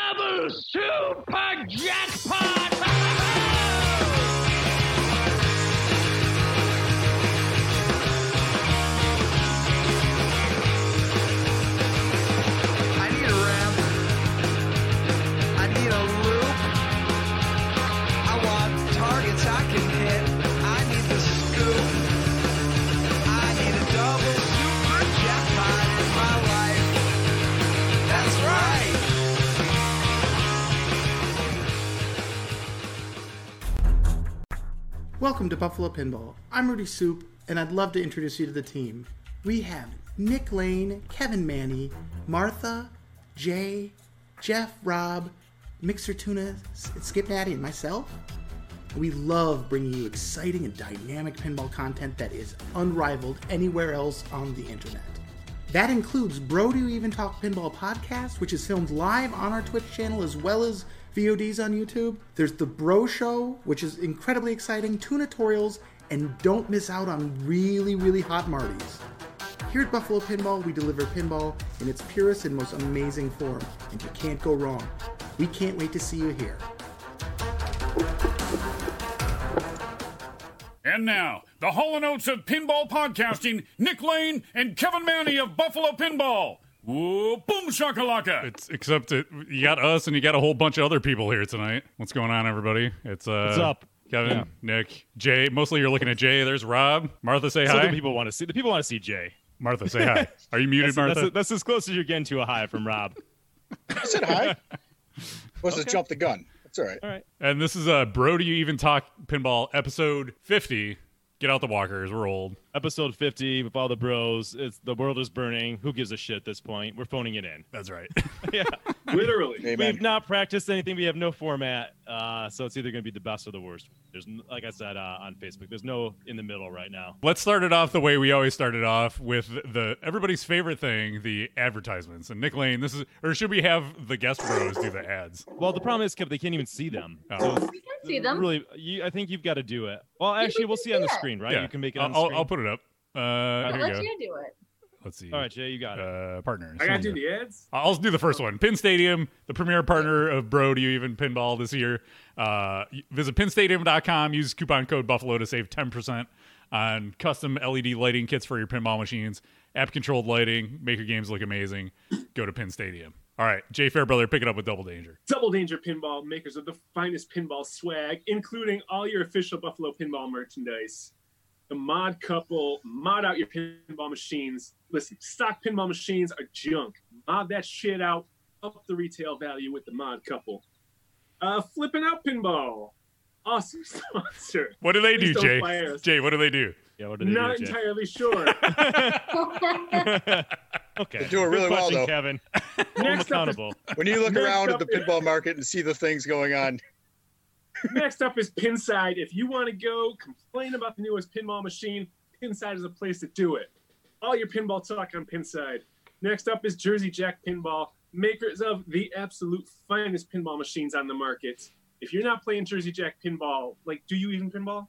to Super Jackpot! I need a ramp. I need a loop. I want targets I can hit. I need the scoop. I need a double super jackpot in my life. That's right. Welcome to Buffalo Pinball. I'm Rudy Soup, and I'd love to introduce you to the team. We have Nick Lane, Kevin Manny, Martha, Jay, Jeff, Rob, Mixer Tuna, S- Skip Natty, and myself. We love bringing you exciting and dynamic pinball content that is unrivaled anywhere else on the internet. That includes Bro Do You Even Talk Pinball podcast, which is filmed live on our Twitch channel as well as VODs on YouTube. There's The Bro Show, which is incredibly exciting, tunatorials, and don't miss out on really, really hot Martys. Here at Buffalo Pinball, we deliver pinball in its purest and most amazing form, and you can't go wrong. We can't wait to see you here. And now, the Hall and Oates of Pinball Podcasting, Nick Lane and Kevin Manny of Buffalo Pinball. Whoa, boom shakalaka. It's except it, you got us and you got a whole bunch of other people here tonight. What's going on, everybody? It's uh, What's up? Kevin, Yeah. Nick, Jay. Mostly you're looking at Jay. There's Rob. Martha, say So hi. the people want to see the people want to see Jay. Martha, say hi. Are you muted, That's, Martha? that's- that's as close as you're getting to a high from Rob. I said hi. Must have jumped the gun. That's all right. All right. and this is uh, bro. Do you even talk pinball? Episode 50. Get out the walkers. We're old. Episode 50 with all the bros. It's the world is burning. Who gives a shit at this point? We're phoning it in. That's right. yeah. Amen. We've not practiced anything. We have no format. Uh, so it's either going to be the best or the worst. There's n- like I said uh, on Facebook, there's no in the middle right now. Let's start it off the way we always started off with the everybody's favorite thing, the advertisements. And Nick Lane, this is or should we have the guest bros do the ads? Well, the problem is, Kev, they can't even see them. Oh. So We can see them. Really, you, I think you've got to do it. Well, actually, we we'll can see on do the it. screen, right? You can make it on I'll, the screen. I'll put it up. Uh, I'll here we let go. you do it. Let's see. all right, Jay, you got it. Uh, partners. I gotta do the ads. Uh, I'll do the first one. Penn Stadium, the premier partner of Bro Do You Even Pinball this year. Uh, visit pinnstadium.com. Use coupon code Buffalo to save 10% on custom LED lighting kits for your pinball machines. App controlled lighting. Make your games look amazing. Go to Penn Stadium. All right, Jay Fairbrother, pick it up with Double Danger. Double Danger Pinball, makers of the finest pinball swag, including all your official Buffalo pinball merchandise. The Mod Couple, mod out your pinball machines. Listen, stock pinball machines are junk. Mod that shit out, up the retail value with the Mod Couple. Uh, flipping out pinball, awesome sponsor. What do they Please do, don't Jay? fire us. Jay, what do they do? Yeah, what did they do, Not Jay? entirely sure. okay. They're doing Good really question, well, though. Kevin. Hold them Next up is accountable. When you look Next around at up the is- pinball market and see the things going on, Next up is Pinside. If you want to go complain about the newest pinball machine, Pinside is a place to do it. All your pinball talk on Pinside. Next up is Jersey Jack Pinball, makers of the absolute finest pinball machines on the market. If you're not playing Jersey Jack Pinball, like, do you even pinball?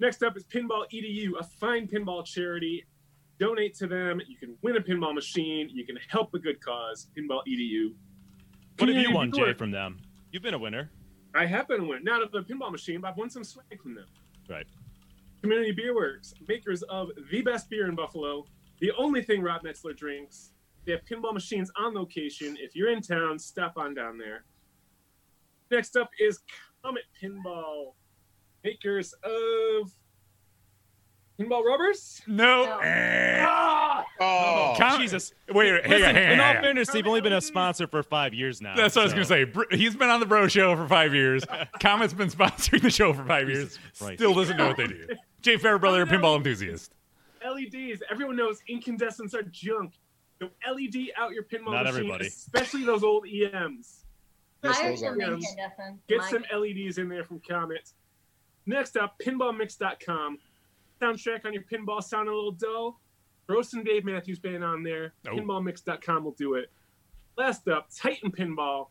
Next up is Pinball EDU, a fine pinball charity. Donate to them. You can win a pinball machine. You can help a good cause. Pinball E EDU. What have Community you won, Jay, viewer. from them? You've been a winner. I have been a winner, not of the pinball machine, but I've won some swag from them. Right. Community Beer Works, makers of the best beer in Buffalo, the only thing Rob Metzler drinks. They have pinball machines on location. If you're in town, stop on down there. Next up is Comet Pinball, makers of pinball rubbers. No. No. Ah! oh, Com- Jesus. Wait, wait, hang on, Listen, hang on, in all hang on. fairness, they've only been a sponsor for five years now. That's what I was Uh, so- gonna say. Br- He's been on the Bro Show for five years. Comet's been sponsoring the show for five years. Jesus Christ. Still doesn't know what they do. Jay Fairbrother, pinball enthusiast. LEDs. E Everyone knows incandescents are junk. So LED out your pinball Not machine, everybody. especially those old E EMs. yes, I have those are. some are- incandescent. Get My- some LEDs in there from Comet. Next up, pinballmix.com. Soundtrack on your pinball sound a little dull? Throw some Dave Matthews Band on there. Oh. Pinballmix.com will do it. Last up, Titan Pinball.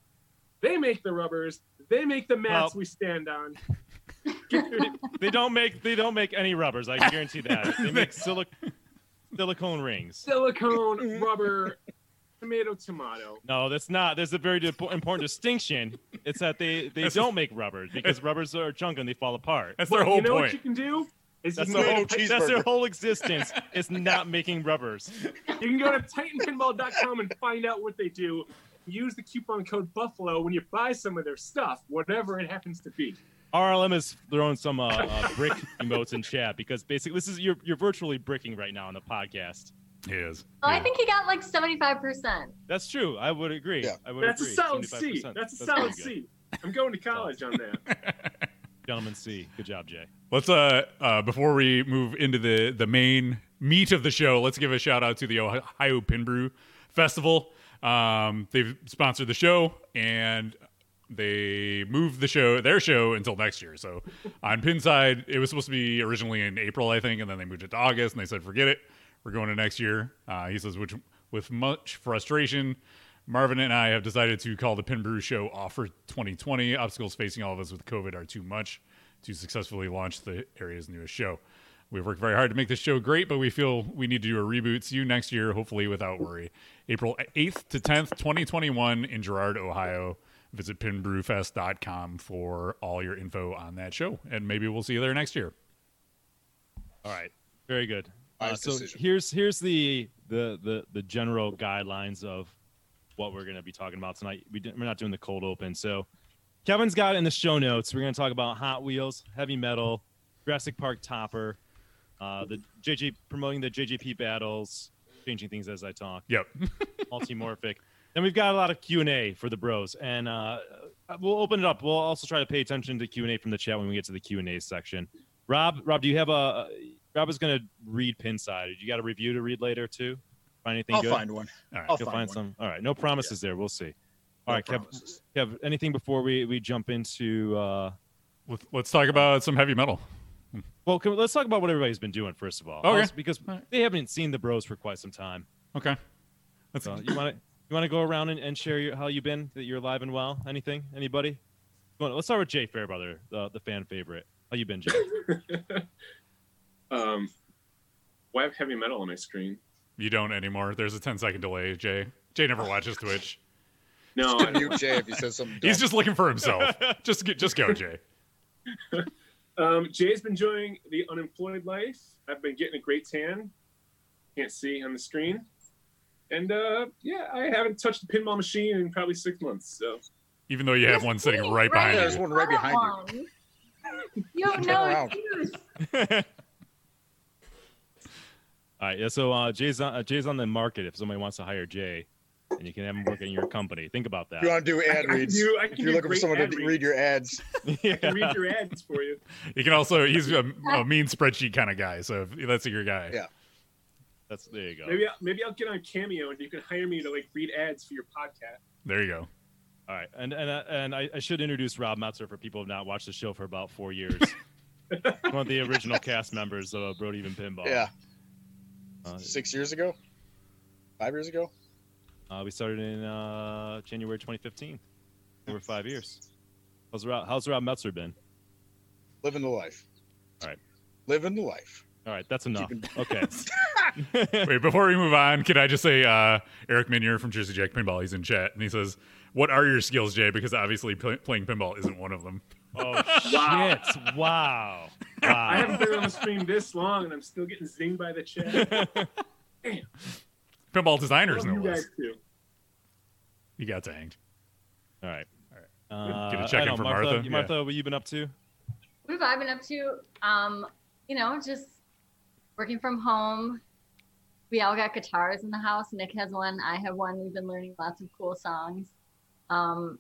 They make the rubbers. They make the mats Well- we stand on. They don't make they don't make any rubbers. I guarantee that. They make silic- silicone rings. Silicone, rubber, tomato, tomato. No, that's not. There's a very di- important distinction. It's that they, they don't make rubbers because rubbers are junk and they fall apart. That's their whole you know point. what you can do? Is That's you, their can whole go to, Tomato that's their cheeseburger. whole existence. It's not making rubbers. you can go to titanpinball.com and find out what they do. Use the coupon code Buffalo when you buy some of their stuff, whatever it happens to be. RLM is throwing some uh, uh, brick emotes in chat because basically this is you're you're virtually bricking right now on the podcast. He is. Well, I Yeah. think he got like 75%. That's true. I would agree. Yeah. I would That's a agree. solid C. 75%. That's a pretty solid good. C. I'm going to college on that. Gentleman C. Good job, Jay. Let's uh, uh before we move into the the main meat of the show, let's give a shout out to the Ohio Pin Brew Festival. Um, they've sponsored the show and they moved the show their show until next year. So on Pinside, it was supposed to be originally in April, I think, and then they moved it to August and they said, "Forget it, we're going to next year." Uh, he says, which with much frustration. Marvin and I have decided to call the Pin Brew Show off for 2020. Obstacles facing all of us with COVID are too much to successfully launch the area's newest show. We've worked very hard to make this show great, but we feel we need to do a reboot. See you next year, hopefully without worry. April 8th to 10th, 2021 in Girard, Ohio. Visit pinbrewfest.com for all your info on that show, and maybe we'll see you there next year. All right. Very good. Uh, Wise so decision. here's here's the, the the the general guidelines of what we're going to be talking about tonight. We didn't, we're not doing the cold open. So Kevin's got in the show notes. We're going to talk about Hot Wheels, heavy metal, Jurassic Park topper, uh, the JJ promoting the JJP battles, changing things as I talk. Yep. multimorphic. And we've got a lot of Q and A for the bros, and uh, we'll open it up. We'll also try to pay attention to Q and A from the chat when we get to the Q and A section. Rob, Rob, do you have a? uh, Rob is going to read Pinside. You got a review to read later too. Find anything I'll good? find one. All right. I'll You'll find, find, some. one. All right, no promises there. We'll see. All No right, Kev, promises. Kev, anything before we we jump into? Uh, Let's, let's talk about some heavy metal. well, can, let's talk about what everybody's been doing first of all. Okay. Also, because All right. they haven't seen the bros for quite some time. Okay. That's So you want to you want to go around and, and share your, how you've been, that you're alive and well? Anything? Anybody? Go on, let's start with Jay Fairbrother, the, the fan favorite. How you been, Jay? Um, why have heavy metal on my screen? you don't anymore. There's a 10 second delay, Jay. Jay never watches Twitch. No, I don't. Mute Jay if he says something. Dumb. He's just looking for himself. Just get, just go, Jay. Um, Jay's been enjoying the unemployed life. I've been getting a great tan. Can't see on the screen. And uh, yeah, I haven't touched the pinball machine in probably six months. So Even though you have one sitting right behind There's you. one right behind you. You have Turn no around. excuse. All right, yeah. So uh, Jay's on, uh, Jay's on the market. If somebody wants to hire Jay, and you can have him work in your company, think about you that. want to do ad I reads? do- I can if you're do looking for great someone ad to reads. read your ads, I can read your ads for you. You can also, he's a, a mean spreadsheet kind of guy. So if, that's your guy. Yeah. That's there you go. Maybe I'll, maybe I'll get on Cameo and you can hire me to like read ads for your podcast. There you go. All right, and and uh, and I, I should introduce Rob Metzer for people who have not watched the show for about four years. One of the original cast members of uh, Brody Even Pinball. yeah, Uh, six years ago, five years ago. Uh, we started in uh, January 2015, over five years. How's Rob, how's Rob Metzer been? Living the life. All right. Living the life. All right, that's enough. Okay. Wait, before we move on, can I just say uh, Eric Minier from Jersey Jack Pinball, he's in chat, and he says, "What are your skills, Jay? Because obviously pl- playing pinball isn't one of them." oh shit! Wow. I haven't Wow. been on the stream this long and I'm still getting zinged by the chat. Love Pinball designers, no you less. guys too. He got tanked. All right. Get a Uh, check I in know, for Martha. Martha? you- Martha, what you been up to? What have I been up to? Um, you know, just working from home. We all got guitars in the house. Nick has one. I have one. We've been learning lots of cool songs. Um,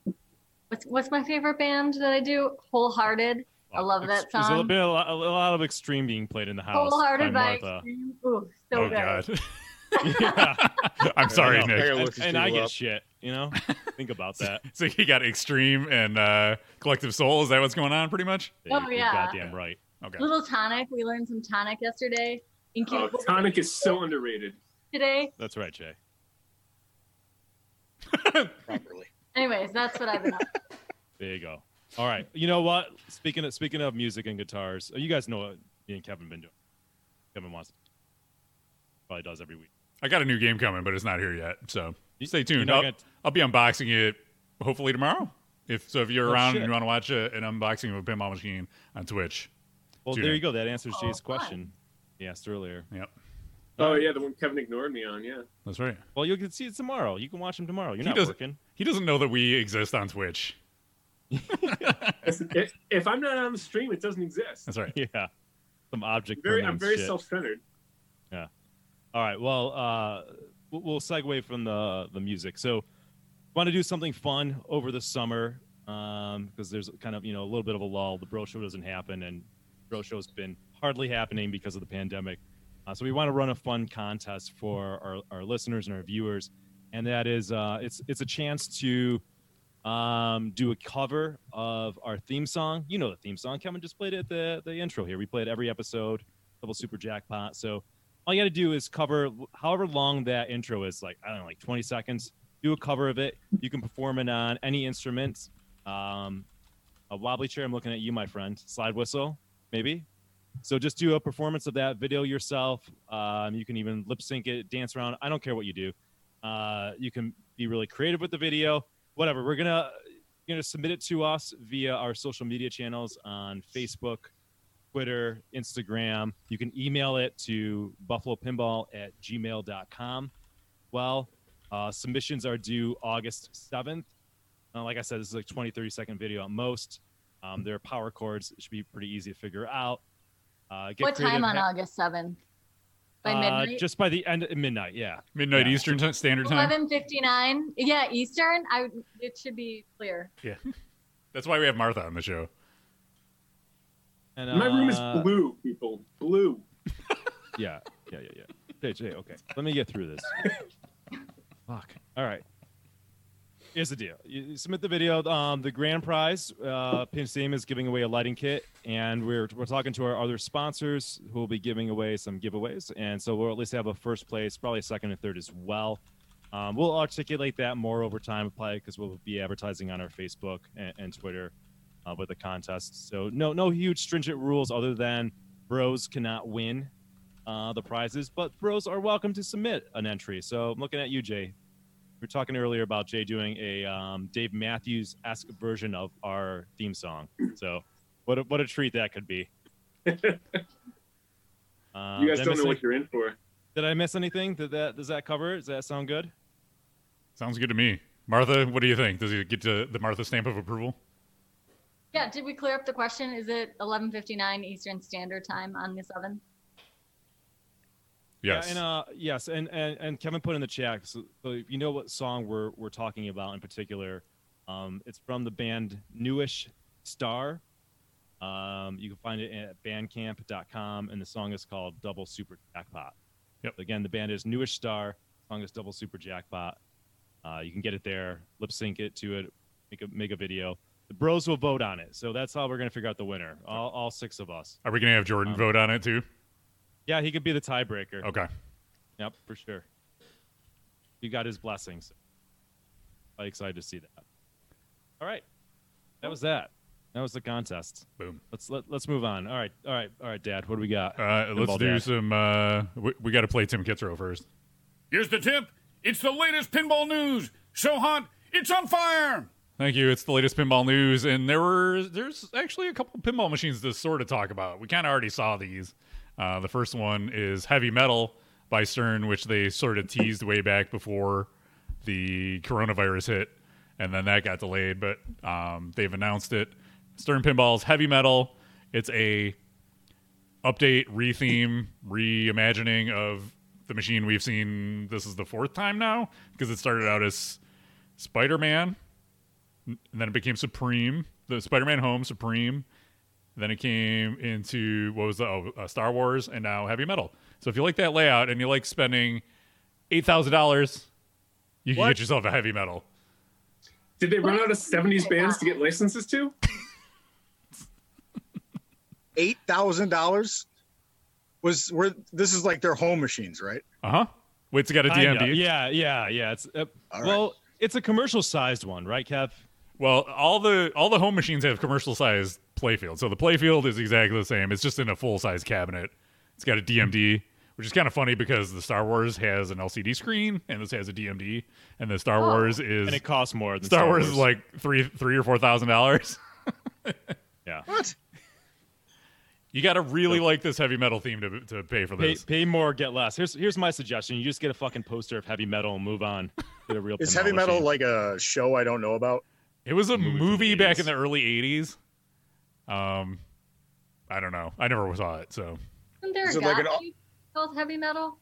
what's what's my favorite band that I do? Wholehearted. I love It's- that There's a song. bit- a lot, a lot of extreme being played in the house. Wholehearted by, by Martha. Extreme. Ooh, so oh good. God, yeah. I'm sorry, I know. Nick. Hey, And, look, he's and I doing get well. shit. You know. Think about that. So he got extreme and uh, collective soul. Is that what's going on? Pretty much. Oh, You're yeah. Goddamn right. Okay. Little Tonic. We learned some Tonic yesterday. Oh, Incubus Tonic is so underrated. today. That's right, Jay. Properly. Anyways, that's what I've been up to. There you go. All right. You know what? Speaking of speaking of music and guitars, you guys know what me and Kevin been doing. Kevin wants probably does every week. I got a new game coming, but it's not here yet. So Stay tuned. Oh, not I'll, gonna- I'll be unboxing it hopefully tomorrow. If so, if you're Oh, around shit. and you want to watch a, an unboxing of a pinball machine on Twitch, Well, Dude. there you go. That answers Oh, Jay's fun. question he asked earlier. yep, Oh yeah, the one Kevin ignored me on. Yeah. that's right. Well, you can see it tomorrow. You can watch him tomorrow. You're He not doesn't- working. He doesn't know that we exist on Twitch. Listen, if, if I'm not on the stream, it doesn't exist. That's right. Yeah. Some object. Very, I'm permanence very shit. self-centered. All right. Well, uh, we'll we'll segue from the the music. So, want to do something fun over the summer because there's kind of you know a little bit of a lull. The bro show doesn't happen, and bro show's been hardly happening because of the pandemic. Uh, so we want to run a fun contest for our, our listeners and our viewers, and that is uh, it's it's a chance to um, do a cover of our theme song. You know the theme song. Kevin just played it at the the intro here. We play it every episode. Double super jackpot. So all you got to do is cover however long that intro is like i don't know like 20 seconds do a cover of it you can perform it on any instruments um, a wobbly chair i'm looking at you my friend slide whistle maybe so just do a performance of that video yourself um, you can even lip sync it dance around i don't care what you do uh, you can be really creative with the video whatever we're gonna you're gonna submit it to us via our social media channels on facebook Twitter, Instagram. You can email it to buffalopinball at gmail.com. Well, uh, submissions are due August 7th. Uh, like I said, this is like 20, 30 second video at most. Um, there are power chords. It should be pretty easy to figure out. Uh, get What time creative. on August 7th? By Uh, midnight? Just by the end of midnight, yeah. Midnight Yeah. Eastern t- Standard Time. 11:59. Yeah, Eastern. I would- it should be clear. That's why we have Martha on the show. And, My room is uh, blue, people. Blue. Yeah, yeah, yeah, yeah. Hey, Jay, okay. Let me get through this. Fuck. All right. Here's the deal. You you submit the video. Um, the grand prize, uh, Pin Steam is giving away a lighting kit, and we're we're talking to our other sponsors who will be giving away some giveaways, and so we'll at least have a first place, probably a second and third as well. Um, we'll articulate that more over time, probably because we'll be advertising on our Facebook and, and Twitter uh, with the contest. So no no huge stringent rules other than bros cannot win uh, the prizes, but bros are welcome to submit an entry. So I'm looking at you, Jay. We were talking earlier about Jay doing a um, Dave Matthews esque version of our theme song. So what a, what a treat that could be. Um, You did guys I miss don't know any- what you're in for. did I miss anything? Did that does that cover? it? Does that sound good? Sounds good to me. Martha, what do you think? Does he get to the Martha stamp of approval? Yeah, did we clear up the question? Is it 11:59 Eastern Standard Time on the 7th? Yes. Yeah, and uh, yes, and, and and Kevin put in the chat. So, so if you know what song we're we're talking about in particular, um, it's from the band Newish Star. Um, you can find it at bandcamp.com, and the song is called Double Super Jackpot. Yep. Again, the band is Newish Star. song is Double Super Jackpot. Uh, you can get it there, lip sync it to it, make a make a video. The bros will vote on it, so that's how we're gonna figure out the winner. All, all six of us. Are we going to have Jordan um, vote on it too? Yeah, he could be the tiebreaker. Okay. Yep, for sure. You got his blessings. I'm excited to see that. All right, that was that. That was the contest. Boom. Let's let, let's move on. All right, all right, all right, Dad. What do we got? Uh, let's Pinball do Dad. some. Uh, we we got to play Tim Kitzrow first. Here's the tip it's the latest pinball news. So hot, it's on fire. Thank you. It's the latest pinball news, and there were there's actually a couple pinball machines to sort of talk about. We kind of already saw these. Uh, the first one is Heavy Metal by Stern, which they sort of teased way back before the coronavirus hit, and then that got delayed. But um, they've announced it. Stern Pinball's Heavy Metal. It's a update, retheme, reimagining of the machine we've seen. This is the fourth time now because it started out as Spider Man, and then it became Supreme. The Spider Man Home, Supreme. Then it came into what was the oh, uh, Star Wars, and now Heavy Metal. So if you like that layout and you like spending eight thousand dollars, you can What? get yourself a Heavy Metal. Did they run out of 70s bands to get licenses to? Eight thousand dollars was were this is like their home machines, right? Uh huh. Wait, it's got a Kinda. DMD. Yeah, yeah, yeah. It's uh, All right. well, it's a commercial sized one, right, Kev? Well, all the all the home machines have commercial sized playfield. So the playfield is exactly the same. It's just in a full size cabinet. It's got a DMD which is kind of funny because the Star Wars has an LCD screen and this has a DMD, and the Star Wars is Oh, and it costs more than Star Wars is like three three or four thousand dollars. yeah. What? You got to really like this heavy metal theme to to pay for Pay, this. pay more, get less. Here's here's my suggestion. You just get a fucking poster of heavy metal and move on. Get a real. Is pinball heavy metal machine. like a show I don't know about? It was a movie movie, from the back 80s. in the early '80s. Um, I don't know. I never saw it. So, Isn't there Is a it like Gottlieb an- called heavy metal?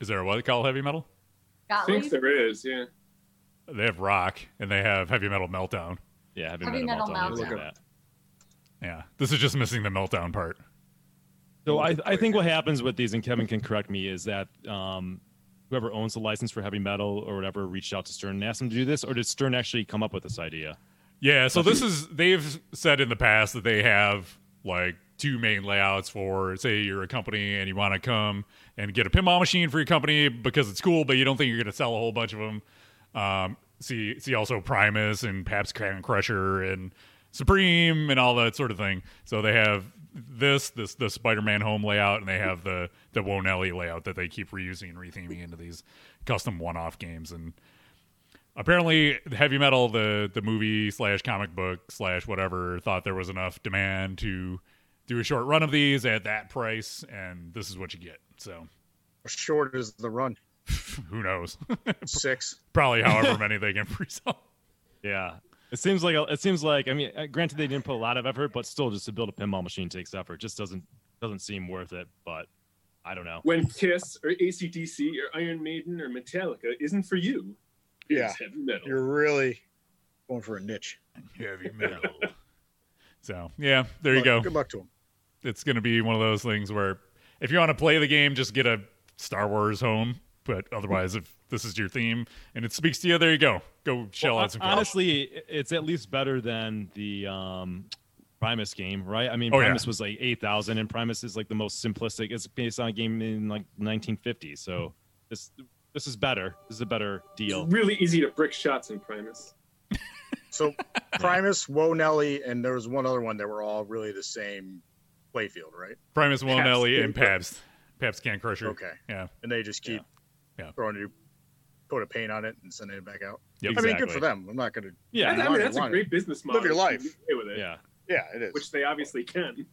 is there a what they call heavy metal? I think Gottlieb? there is, yeah. They have rock and they have heavy metal meltdown. yeah heavy, Heavy metal, meltdown. Metal Meltdown. Look at that. Yeah, this is just missing the meltdown part. So I, I think what happens with these, and Kevin can correct me, is that um, whoever owns the license for heavy metal or whatever reached out to Stern and asked them to do this, or did Stern actually come up with this idea? Yeah, so this is they've said in the past that they have like two main layouts for say you're a company and you want to come and get a pinball machine for your company because it's cool, but you don't think you're going to sell a whole bunch of them. Um, see, see also Primus and Paps Can Crusher and Supreme and all that sort of thing. So they have this this the Spider-Man home layout and they have the the Wonelli layout that they keep reusing and retheming into these custom one-off games and apparently heavy metal the the movie slash comic book slash whatever thought there was enough demand to do a short run of these at that price and this is what you get so How short is the run? who knows Six. probably however many they can pre-sell Yeah. It seems like a, it seems like I mean, uh, granted they didn't put a lot of effort, but still, just to build a pinball machine takes effort. Just doesn't doesn't seem worth it. But I don't know. When Kiss or ACDC or Iron Maiden or Metallica isn't for you, it's Yeah. heavy metal. You're really going for a niche. heavy metal so yeah there you go Good luck to him. it's gonna be one of those things where if you want to play the game just get a star wars home but otherwise if this is your theme and it speaks to you there you go go shell Well, out some cash. honestly, i- it's at least better than the um, Primus game, right? I mean, Oh, yeah. Primus was like eight thousand, and Primus is like the most simplistic. It's based on a game in like 1950, so this this is better. This is a better deal. It's really easy to brick shots in Primus. So Primus, Woe Nelly, and there was one other one that were all really the same playfield, right? Primus Wilnelli Can and Pabst. Pabst Can Crusher. Okay. Yeah. And they just keep Yeah. throwing a coat of paint on it and sending it back out. Yep. I mean, good for them. I'm not going to. Yeah, Yeah, I mean that's a great business model. your life. They can get away with it, yeah. Yeah, it is. Which they obviously can.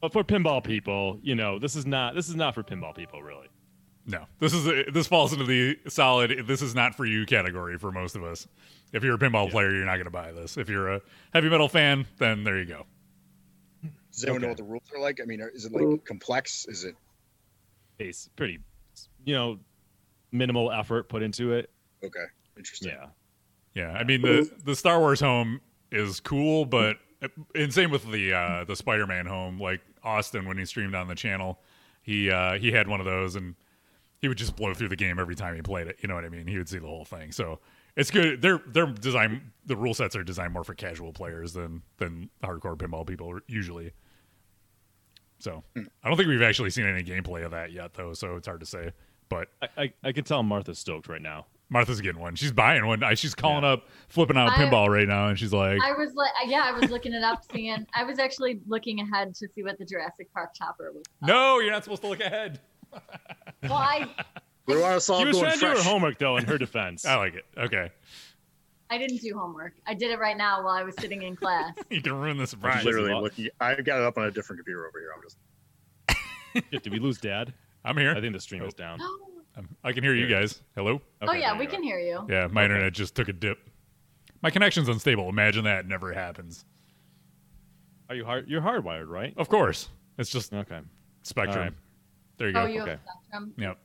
But for pinball people, you know, this is not this is not for pinball people, really. No. This is this falls into the solid this is not for you category for most of us. If you're a pinball player, you're not going to buy this. If you're a heavy metal fan, then there you go. Does anyone know what the rules are like? I mean, are- is it like complex? Is it It's pretty, you know, minimal effort put into it. okay? Interesting. Yeah. Yeah. I mean the the Star Wars home is cool, but and same with the uh the Spider-Man home like Austin when he streamed on the channel, he uh he had one of those and he would just blow through the game every time he played it. You know what I mean? He would see the whole thing. So it's good. They're they're design the rule sets are designed more for casual players than than hardcore pinball people usually. So I don't think we've actually seen any gameplay of that yet though, so it's hard to say. But I, I, I can tell Martha's stoked right now. Martha's getting one. She's buying one. I- She's calling up, flipping out I- pinball right now, and she's like, I was like, yeah, I was looking it up, seeing. I was actually looking ahead to see what the Jurassic Park chopper was. "No, you're not supposed to look ahead." Well, I, We want us all She was going trying to do her fresh. homework though, in her defense. I like it. Okay, I didn't do homework. I did it right now while I was sitting in class. you can ruin the surprise. Literally looking. I got it up on a different computer over here. I'm just. Shit, Did we lose Dad? I'm here. I think the stream is down. oh I'm- I can hear you guys. Hello. Okay, yeah, there we you can are. hear you. Yeah, my internet just took a dip. My connection's unstable. Imagine that never happens. Are you hard? You're hardwired, right? Of course, it's just Okay. Spectrum. All right. There you go. Oh, you okay. have Spectrum. Yep.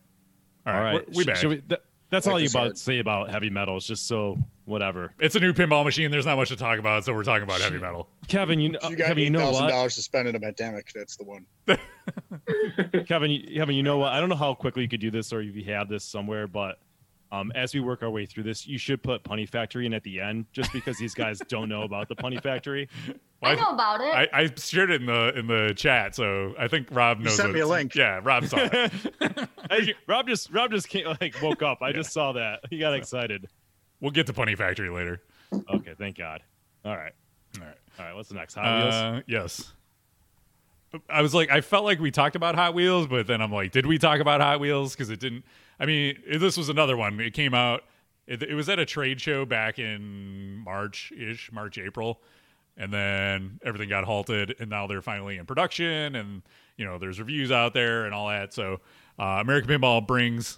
All right, we're- we Sh- back. should we- th- that's Like all you this about hard. say about heavy metal. It's just so whatever. It's a new pinball machine. There's not much to talk about, so we're talking about heavy metal. Kevin, you, know you got Kevin, Uh, you eight know thousand what? dollars to spend in a pandemic. That's the one. Kevin, you, Kevin, you know what? I don't know how quickly you could do this or if you have this somewhere, but um, as we work our way through this, you should put Punny Factory in at the end, just because these guys don't know about the Punny Factory. I Why- know about it. I, I shared it in the in the chat, so I think Rob knows. sent what me a it's- link. Yeah, Rob saw it. Hey, Rob just Rob just came, like woke up. I just saw that. He got excited. We'll get to Punny Factory later. Okay, thank God. All right, All right. all right. What's the next? Hot Wheels. Uh, yes. Uh, I was like, I felt like we talked about Hot Wheels, but then I'm like, did we talk about Hot Wheels? Because it didn't. I mean, it- this was another one. It came out. It, it was at a trade show back in March ish, March April, and then everything got halted, and now they're finally in production, and you know, there's reviews out there and all that. So, uh, American Pinball brings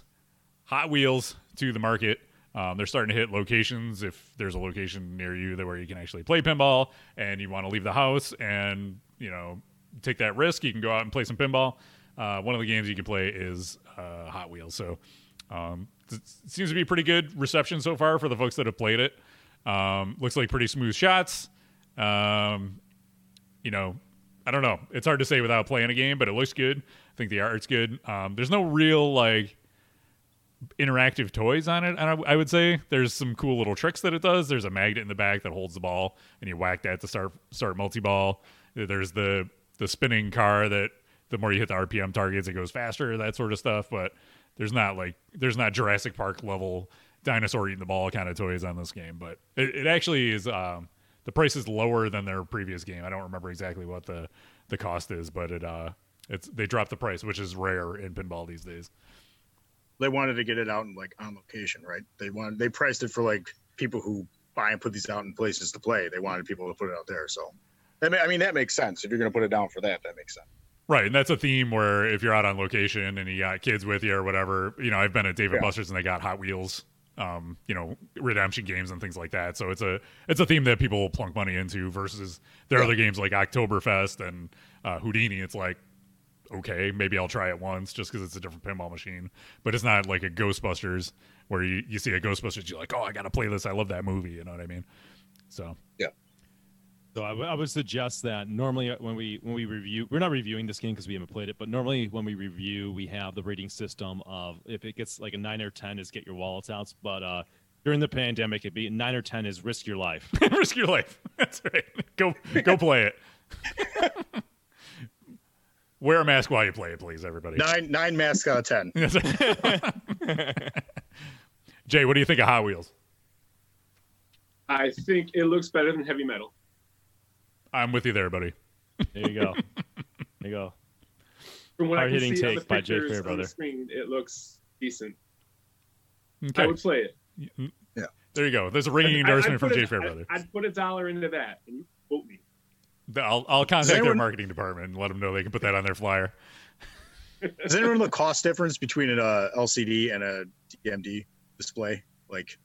Hot Wheels to the market. Um, they're starting to hit locations. If there's a location near you that where you can actually play pinball and you want to leave the house and you know take that risk, you can go out and play some pinball. Uh, one of the games you can play is uh, Hot Wheels. So um, it seems to be pretty good reception so far for the folks that have played it. Um, looks like pretty smooth shots. Um, you know, I don't know. It's hard to say without playing a game, but it looks good. I think the art's good. Um, there's no real like interactive toys on it. And I, I would say there's some cool little tricks that it does. There's a magnet in the back that holds the ball, and you whack that to start start multi ball. There's the the spinning car that the more you hit the RPM targets, it goes faster. That sort of stuff. But there's not like there's not Jurassic Park level dinosaur eating the ball kind of toys on this game. But it, it actually is. Um, the price is lower than their previous game. I don't remember exactly what the the cost is, but it uh it's they dropped the price, which is rare in pinball these days. They wanted to get it out and like on location, right? They wanted they priced it for like people who buy and put these out in places to play. They wanted people to put it out there. So, I mean, I mean that makes sense. If you're going to put it down for that, that makes sense. Right, and that's a theme where if you're out on location and you got kids with you or whatever, you know, I've been at David Yeah. Buster's and they got Hot Wheels, um, you know, redemption games and things like that. So it's a it's a theme that people will plunk money into versus their other games like Oktoberfest and uh, Houdini. It's like okay, maybe I'll try it once just because it's a different pinball machine. But it's not like a Ghostbusters where you, you see a Ghostbusters, you're like, oh, I got to play this. I love that movie. You know what I mean? So So I, w- I would suggest that normally uh, when we when we review, we're not reviewing this game because we haven't played it, but normally when we review, we have the rating system of if it gets like a nine or ten is get your wallets out, but uh during the pandemic, it'd be nine or ten is risk your life. risk your life. That's right. Go go play it. Wear a mask while you play it, please, everybody. Nine nine masks out of ten. That's right. Jay, what do you think of Hot Wheels? I think it looks better than heavy metal. I'm with you there, buddy. There you go. There you go. From what I can Hard-hitting see on the take by Jay pictures on Fairbrother. the screen, it looks decent. I Okay. would play it. There you go. There's a ringing I- I'd endorsement from put Jay a- Fairbrother. I'd, I'd put a dollar into that and you quote me. I'll, I'll contact their anyone- marketing department and let them know they can put that on their flyer. Does anyone know the cost difference between an uh, LCD and a DMD display? Like,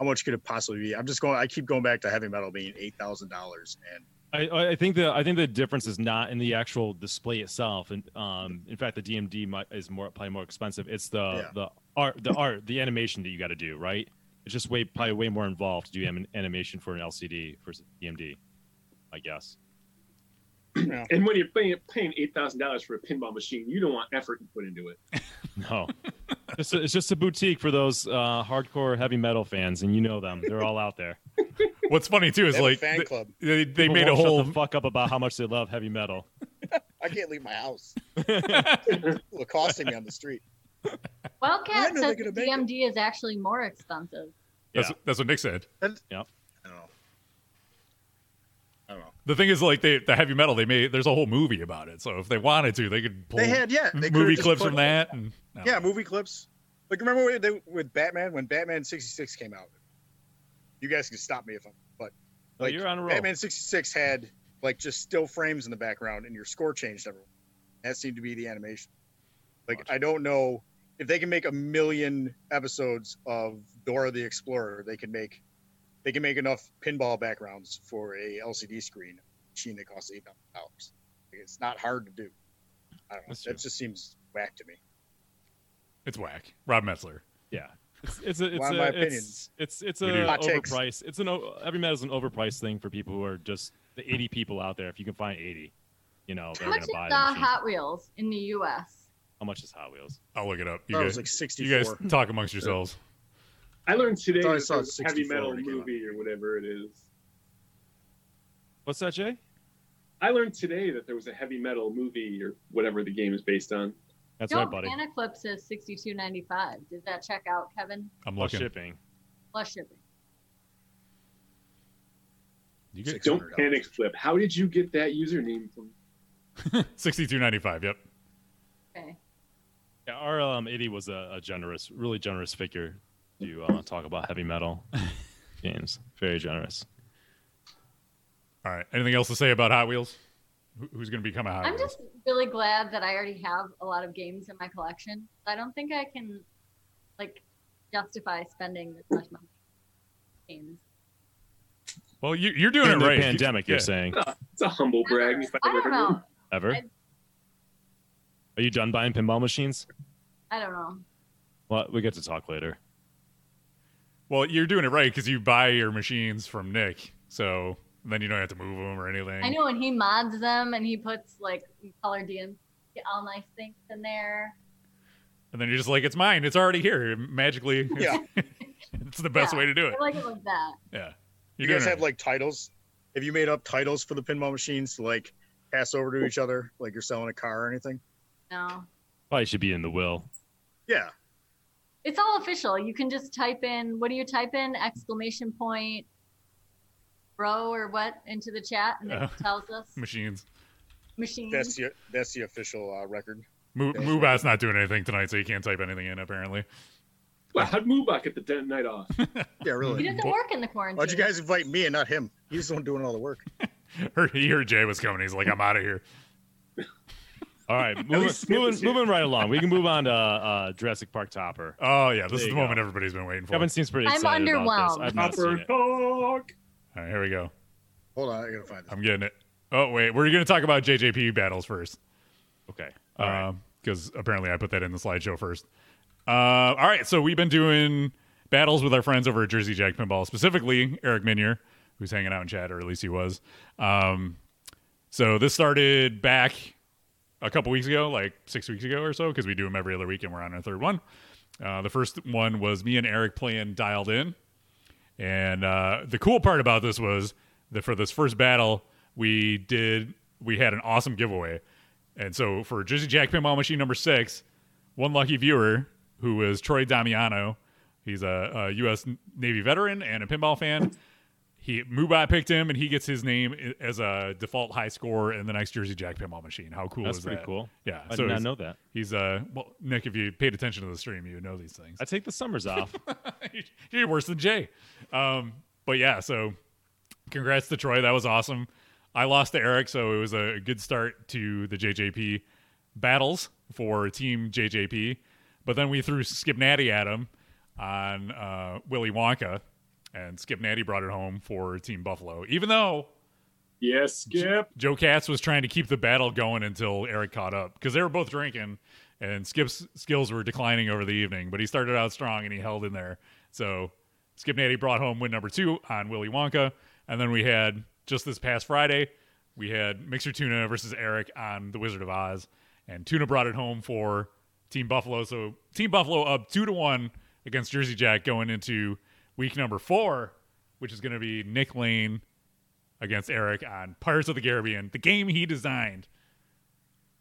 how much could it possibly be? I'm just going. I keep going back to heavy metal being eight thousand dollars, and I, I I think the I think the difference is not in the actual display itself, and um, in fact, the DMD might, is more probably more expensive. It's the Yeah. the art, the art, the animation that you got to do, right? It's just way probably way more involved to do an animation for an LCD versus DMD, I guess. And when you're paying, paying eight thousand dollars for a pinball machine, you don't want effort you put into it. No, it's, a, it's just a boutique for those uh, hardcore heavy metal fans, and you know them; they're all out there. What's funny too is They have a like fan th- club. they, they People made a won't shut whole the fuck up about how much they love heavy metal. I can't leave my house. It's accosting me on the street. I Wildcat know says they're the gonna make DMD is actually more expensive. Oh, that's, Yeah. that's what Nick said. I don't know. I don't know. The thing is, like they, the heavy metal, they made there's a whole movie about it. So if they wanted to, they could pull They had yeah. They could've movie just clips put- from that. And, no. Yeah, movie clips. Like remember when they, with Batman when Batman '66 came out. You guys can stop me if I'm. But Oh, like you're on a roll. Batman '66 had like just still frames in the background, and your score changed every. That seemed to be the animation. Like I don't know if they can make a million episodes of Dora the Explorer. They can make they can make enough pinball backgrounds for a LCD screen machine that costs eight thousand dollars. It's not hard to do. I don't know. That's that true. just seems whack to me. It's whack. Rob Metzler. Yeah. It's it's a, it's Why a, my it's, opinions? it's it's a We do. Hot takes. overpriced. It's an o- every metal's an overpriced thing for people who are just the 80 people out there. If you can find 80, you know they're How much gonna is buy the the machine. Hot Wheels in the U.S.? How much is Hot Wheels? I'll look it up. You That guys, was like you 64. guys talk amongst yourselves. I learned today Sorry, I that saw there's a heavy 64 metal when it came out. movie or whatever it is. What's that, Jay? I learned today that there was a heavy metal movie or whatever the game is based on. That's no, right, buddy. Anaclipse is sixty-two ninety-five. Did that check out, Kevin? I'm Plus looking. shipping. Plus shipping. You get- Don't panic flip. How did you get that username from? Sixty-two ninety-five. Yep. Okay. Yeah, our um, Itty was a, a generous, really generous figure to uh, talk about heavy metal games. Very generous. All right. Anything else to say about Hot Wheels? Who- Who's going to become a Hot I'm Wheels? just really glad that I already have a lot of games in my collection. I don't think I can, like, justify spending this much money. on Games. Well, you, you're doing In it the right. pandemic, You- you're yeah. saying It's a humble brag. if I ever don't heard know. one. ever? I- Are you done buying pinball machines? I don't know. Well, we get to talk later. Well, you're doing it right because you buy your machines from Nick, so then you don't have to move them or anything. I know when he mods them and he puts like color DMC, all nice things in there. And then you're just like, it's mine. It's already here. Magically, Yeah. it's the best Yeah. way to do it. I like it like that. Yeah. You You're guys doing it have like titles? Have you made up titles for the pinball machines to like pass over to each other, like you're selling a car or anything? No, Probably should be in the will. Yeah. it's all official. You can just type in what do you type in exclamation point, bro or what into the chat, and Yeah. it tells us machines. machine. That's the that's the official uh, record. Mu- Yeah. Mubat's not doing anything tonight, so he can't type anything in. Apparently, Well, how'd Mubak get the dead night off? Yeah, He really. doesn't work in the quarantine. Why'd you guys invite me and not him? He's the one doing all the work. Heard- he heard Jay was coming. He's like, I'm out of here. All right, moving, least Skip is moving, here. moving right along. We can move on to uh, uh, Jurassic Park Topper. Oh yeah, this There is you the go. moment everybody's been waiting for. Kevin seems pretty I'm excited about underwhelmed. this. I've not seen Topper it. talk. All right, here we go. Hold on, I gotta find this. I'm getting it. Oh wait, we're going to talk about JJP battles first. Okay. All right. because apparently I put that in the slideshow first. Uh, all right, so we've been doing battles with our friends over at Jersey Jack Pinball, specifically Eric Minier, who's hanging out in chat, or at least he was. Um, so this started back a couple weeks ago, like six weeks ago or so, because we do them every other week, and we're on our third one. Uh, the first one was me and Eric playing Dialed In, and uh, the cool part about this was that for this first battle, we did we had an awesome giveaway. And so for Jersey Jack Pinball Machine number six, one lucky viewer who was Troy Damiano, he's a, a U.S. Navy veteran and a pinball fan. He Mubai picked him, and he gets his name i- as a default high score in the next Jersey Jack Pinball Machine. How cool That's is pretty that? cool. Yeah, I so did not he's- know that. He's uh well Nick, if you paid attention to the stream, you would know these things. I take the summers off. You're worse than Jay. Um, but yeah, so congrats to Troy. That was awesome. I lost to Eric, so it was a good start to the JJP battles for Team JJP. But then we threw Skip Natty at him on uh, Willy Wonka, and Skip Natty brought it home for Team Buffalo. Even though Yes, Skip. Joe Katz was trying to keep the battle going until Eric caught up because they were both drinking and Skip's skills were declining over the evening, but he started out strong and he held in there. So Skip Natty brought home win number two on Willy Wonka. And then we had just this past Friday, we had Mixer Tuna versus Eric on The Wizard of Oz. And Tuna brought it home for Team Buffalo. So Team Buffalo up two to one against Jersey Jack going into week number four, which is going to be Nick Lane against Eric on Pirates of the Caribbean, the game he designed.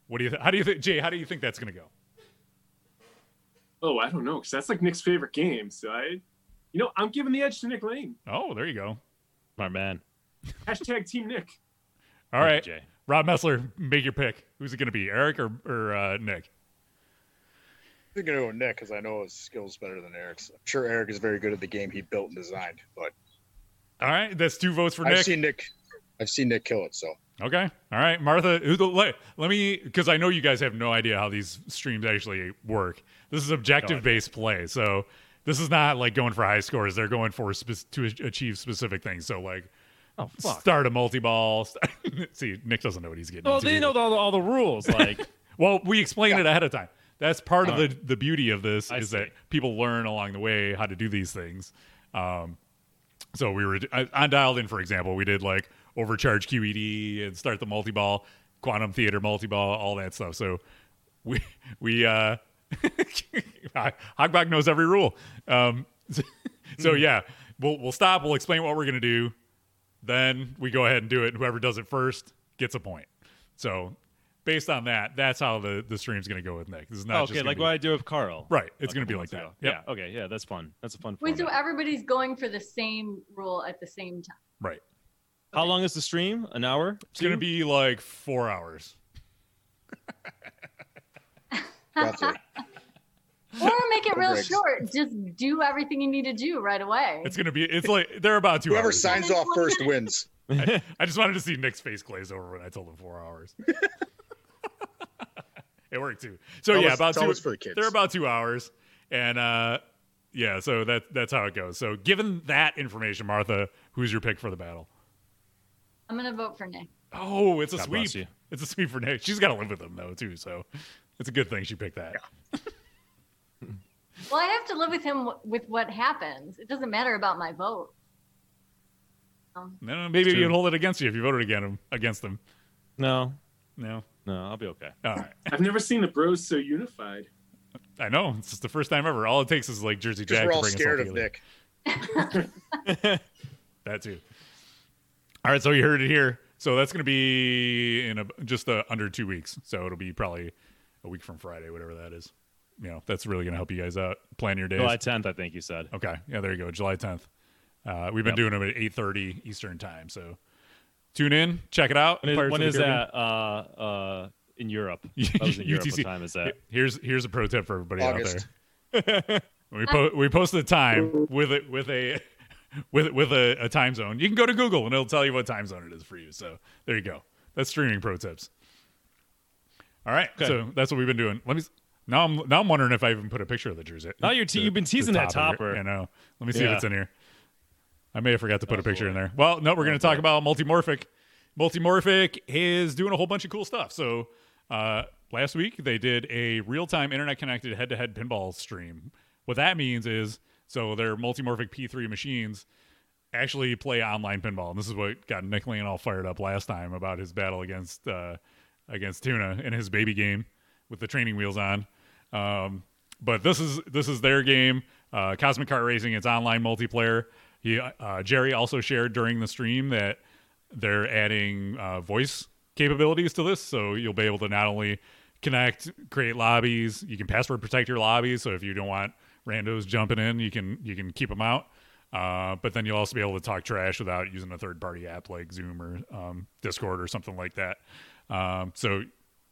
What do you? Th- how do you think, Jay? How do you think that's going to go? Oh, I don't know, because that's like Nick's favorite game. So I, you know, I'm giving the edge to Nick Lane. Oh, there you go. Smart man. Hashtag Team Nick. All Thank you, right, Jay. Rob Messler, make your pick. Who's it going to be, Eric or or uh, Nick? You're gonna go with Nick because I know his skills better than Eric's. I'm sure Eric is very good at the game he built and designed, but All right, that's two votes for I've Nick. seen Nick. I've seen Nick kill it. So okay, all right, Martha. who the- Let, let me because I know you guys have no idea how these streams actually work. This is objective based play, so this is not like going for high scores. They're going for spec- to achieve specific things. So like. Oh Start a multi ball. See, Nick doesn't know what he's getting. Well, into they either. know all the, all the rules. Like oh, Well, we explain it ahead of time. That's part of All the, the beauty of this I is see. that people learn along the way how to do these things. Um, so we were I, on dialed in, for example, we did like overcharge QED and start the multi ball, quantum theater multi ball, all that stuff. So we we uh, Hogbog knows every rule. Um, so, Hmm. yeah, we'll we'll stop. We'll explain what we're gonna do. Then we go ahead and do it. and Whoever does it first gets a point. So based on that, that's how the the stream's gonna go with Nick. This is not okay, just gonna like be- what I do with Carl. Right, it's gonna be couple like months that. ago. Yep. Yeah. Okay. Yeah, that's fun. That's a fun. Wait, so format. everybody's going for the same rule at the same time. right. How long is the stream? An hour? It's gonna Two? be like four hours. Roughly. Or make it real Breaks. short. Just do everything you need to do right away. It's gonna be. It's like they're about two Whoever hours. signs off first wins. I just wanted to see Nick's face glaze over when I told him four hours. it worked too. So Tell yeah, us- about tell two. us for the kids. They're about two hours, and uh, yeah, so that that's how it goes. So given that information, Martha, who's your pick for the battle? I'm gonna vote for Nick. Oh, it's a God sweep. bless you. It's a sweep for Nick. She's got to live with him though too, so it's a good thing she picked that. Well, I have to live with him w- with what happens. It doesn't matter about my vote. Um, No, no, maybe It's you'd true. hold it against you if you voted against him. Against him. No, No. no, I'll be okay. All right. I've never seen the bros so unified. I know. It's just the first time ever. All it takes is like Jersey Because Jack we're to all bring us all scared of together. Nick. That too. All right, so you heard it here. So that's going to be in a, just uh, under two weeks. So it'll be probably a week from Friday, whatever that is. You know, that's really going to help you guys out plan your days. July 10th, I think you said. okay, yeah, there you go, July tenth. Uh, we've been Yep. doing them at eight thirty Eastern time. So tune in, check it out. When is, Pirates when of the is Caribbean. that? Uh, uh, in Europe. That was in Europe. UTC. What time is that? Here's here's a pro tip for everybody out August. there. We po- we post the time with it with a with with a, a time zone. You can go to Google and it'll tell you what time zone it is for you. So there you go. That's streaming pro tips. All right, so that's what we've been doing. Let me s- now. I'm now I'm wondering if I even put a picture of the jersey. Now you're te- the- you've been the teasing that topper. topper. I know. Let me see if Yeah. it's in here. I may have forgot to put a picture boy. in there. Well, no, we're going to boy. talk about multimorphic. Multimorphic is doing a whole bunch of cool stuff. So uh, last week they did a real-time internet-connected head-to-head pinball stream. What that means is so their multimorphic P3 machines actually play online pinball, and this is what got Nick Lane all fired up last time about his battle against uh, against Tuna in his baby game with the training wheels on. Um, but this is this is their game, uh, Cosmic Kart Racing. It's online multiplayer. He uh, Jerry also shared during the stream that they're adding uh, voice capabilities to this, so you'll be able to not only connect, create lobbies. You can password protect your lobbies, so if you don't want randos jumping in, you can you can keep them out. Uh, but then you'll also be able to talk trash without using a third party app like Zoom or um, Discord or something like that. Um, so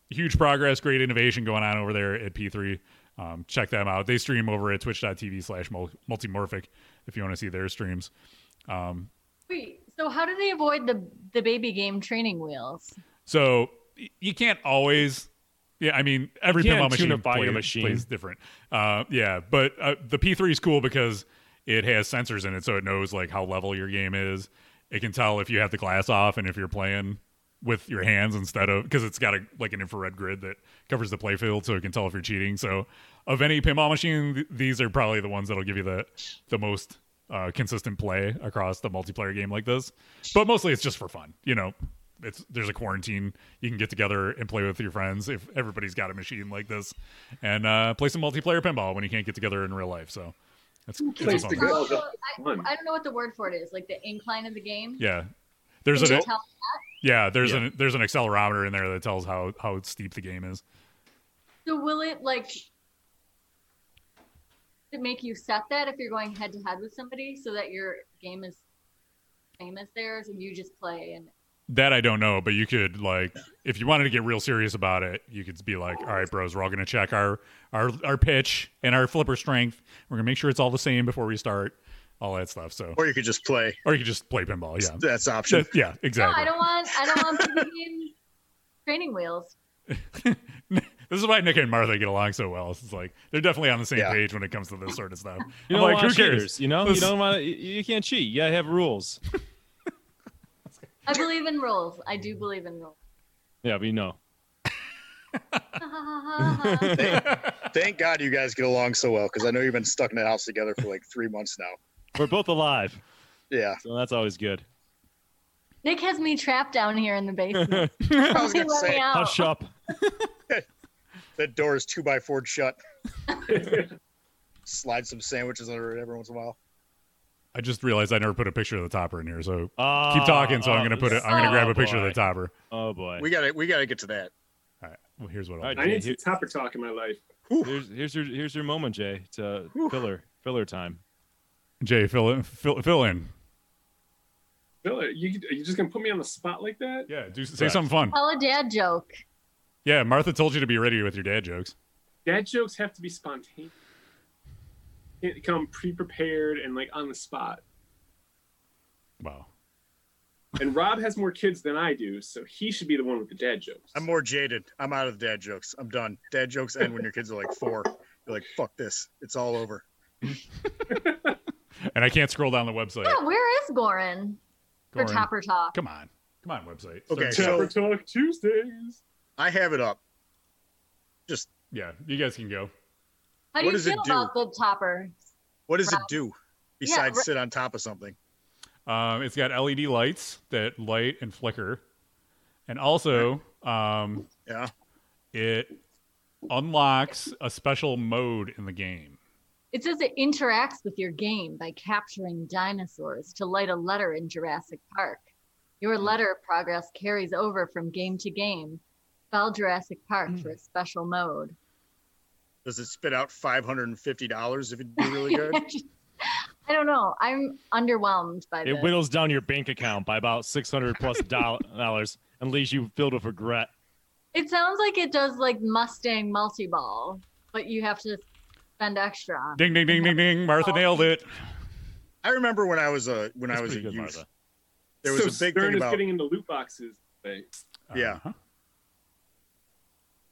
huge progress, great innovation going on over there at P3. Um, check them out. They stream over at twitch.tv slash mul- multimorphic if you want to see their streams. Wait, so how do they avoid the the baby game training wheels? So y- you can't always. Yeah, I mean every You pinball machine, can't tunify your plays- machine. plays different. Uh, yeah, but uh, the P3 is cool because it has sensors in it, so it knows like how level your game is. It can tell if you have the glass off and if you're playing with your hands instead of because it's got a like an infrared grid that covers the play field, so it can tell if you're cheating. So of any pinball machine, th- these are probably the ones that'll give you the the most uh, consistent play across the multiplayer game like this. But mostly it's just for fun, you know it's there's a quarantine you can get together and play with your friends if everybody's got a machine like this and uh, play some multiplayer pinball when you can't get together in real life so that's it's a plays fun the game. good- Oh, that's I, fun. I don't know what the word for it is, like the incline of the game. yeah there's Can an oh, you tell- yeah there's Yeah. an there's an accelerometer in there that tells how how steep the game is so will it like does it make you set that if you're going head to head with somebody so that your game is same as theirs and you just play and that i don't know but you could like if you wanted to get real serious about it you could be like all right bros we're all going to check our our our pitch and our flipper strength we're going to make sure it's all the same before we start all that stuff so Or you could just play. or you could just play pinball yeah That's an option. yeah exactly no "Oh, i don't want i don't want baby game training wheels this is why Nick and Martha get along so well. It's like they're definitely on the same Yeah. page when it comes to this sort of stuff. You I'm don't like, want who cares? cheaters, You know, This- you don't want. You, you can't cheat. You gotta have rules. i believe in rules i do believe in rules Yeah, we know. Thank God you guys get along so well because I know you've been stuck in that house together for like three months now. We're both alive, Yeah. so that's always good. nick has me trapped down here in the basement I was He going to let me say out. Hush up. that door is two by four shut. Slide some sandwiches under it every once in a while. I just realized I never put a picture of the topper in here, so Ah, keep talking. So I'm gonna oh, put it. this- I'm gonna grab oh, a picture of boy. the topper. Oh boy. We got to we got to get to that. All right. Well, here's what All I'll right, do. I need some topper talk in my life. Here's, here's your here's your moment, Jay. To filler filler time. Jay, fill in. Fill, fill in. Bill, are you, are you just going to put me on the spot like that? Yeah. Do say Correct. something fun. tell a dad joke Yeah, Martha told you to be ready with your dad jokes. Dad jokes have to be spontaneous. Can't come pre-prepared and like on the spot. Wow. And Rob has more kids than I do, so he should be the one with the dad jokes. I'm more jaded. I'm out of the dad jokes. I'm done. Dad jokes end when your kids are like four. You're like, fuck this. It's all over. And I can't scroll down the website. Yeah, where is Goran? For Goran, Oh, Topper Talk. Come on. Come on, website. Okay, So- Tapper so Talk Tuesdays. I have it up. Just yeah, you guys can go. How do what you does it feel do? about the Topper? what does it do besides right- sit on top of something? Um, it's got LED lights that light and flicker, and also um, Yeah. it unlocks a special mode in the game. It says it interacts with your game by capturing dinosaurs to light a letter in Jurassic Park. Your Hmm. letter progress carries over from game to game. Spell Jurassic Hmm. Park for a special mode. Does it spit out five hundred and fifty dollars if it do really good? I don't know. I'm underwhelmed by It this. whittles down your bank account by about six hundred plus doll- dollars and leaves you filled with regret. It sounds like it does like Mustang multi ball, but you have to spend extra on. it. Ding, ding, ding, ding, ding. Oh. Martha nailed it. I remember when I was a when I was a pretty youth, good, Martha. there was so a big Stern thing is about getting into loot boxes. Right. Yeah. Uh-huh.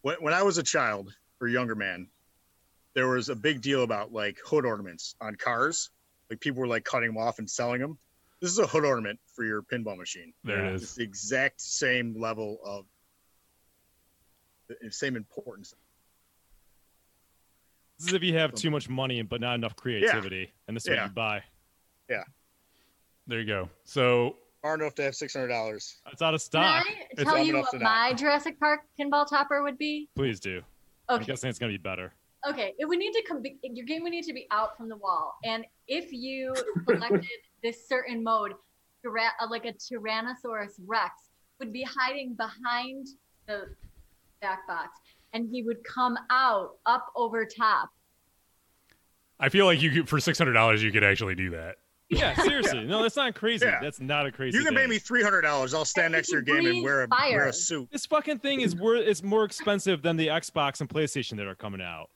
when, when I was a child or younger man, there was a big deal about like hood ornaments on cars. Like people were like cutting them off and selling them. This is a hood ornament for your pinball machine. There Yeah. it It's is. the exact same level of the same importance. This is if you have too much money but not enough creativity, and this is Yeah. what you buy. There you go. So Far enough to have six hundred dollars. It's out of stock. Can I tell up you enough what to my Jurassic Park pinball topper would be? Please do. I'm Okay. guessing it's gonna be better. Okay, it would need to come. be- Your game would need to be out from the wall, and if you selected this certain mode, tyra- uh, like a Tyrannosaurus Rex would be hiding behind the back box, and he would come out up over top. I feel like you could, for six hundred dollars, you could actually do that. Yeah, seriously. No, that's not crazy. Yeah. That's not a crazy. You can thing. pay me three hundred dollars. I'll stand And next to your you game and wear a breathe wear fire. a suit. This fucking thing is worth. It's more expensive than the Xbox and PlayStation that are coming out.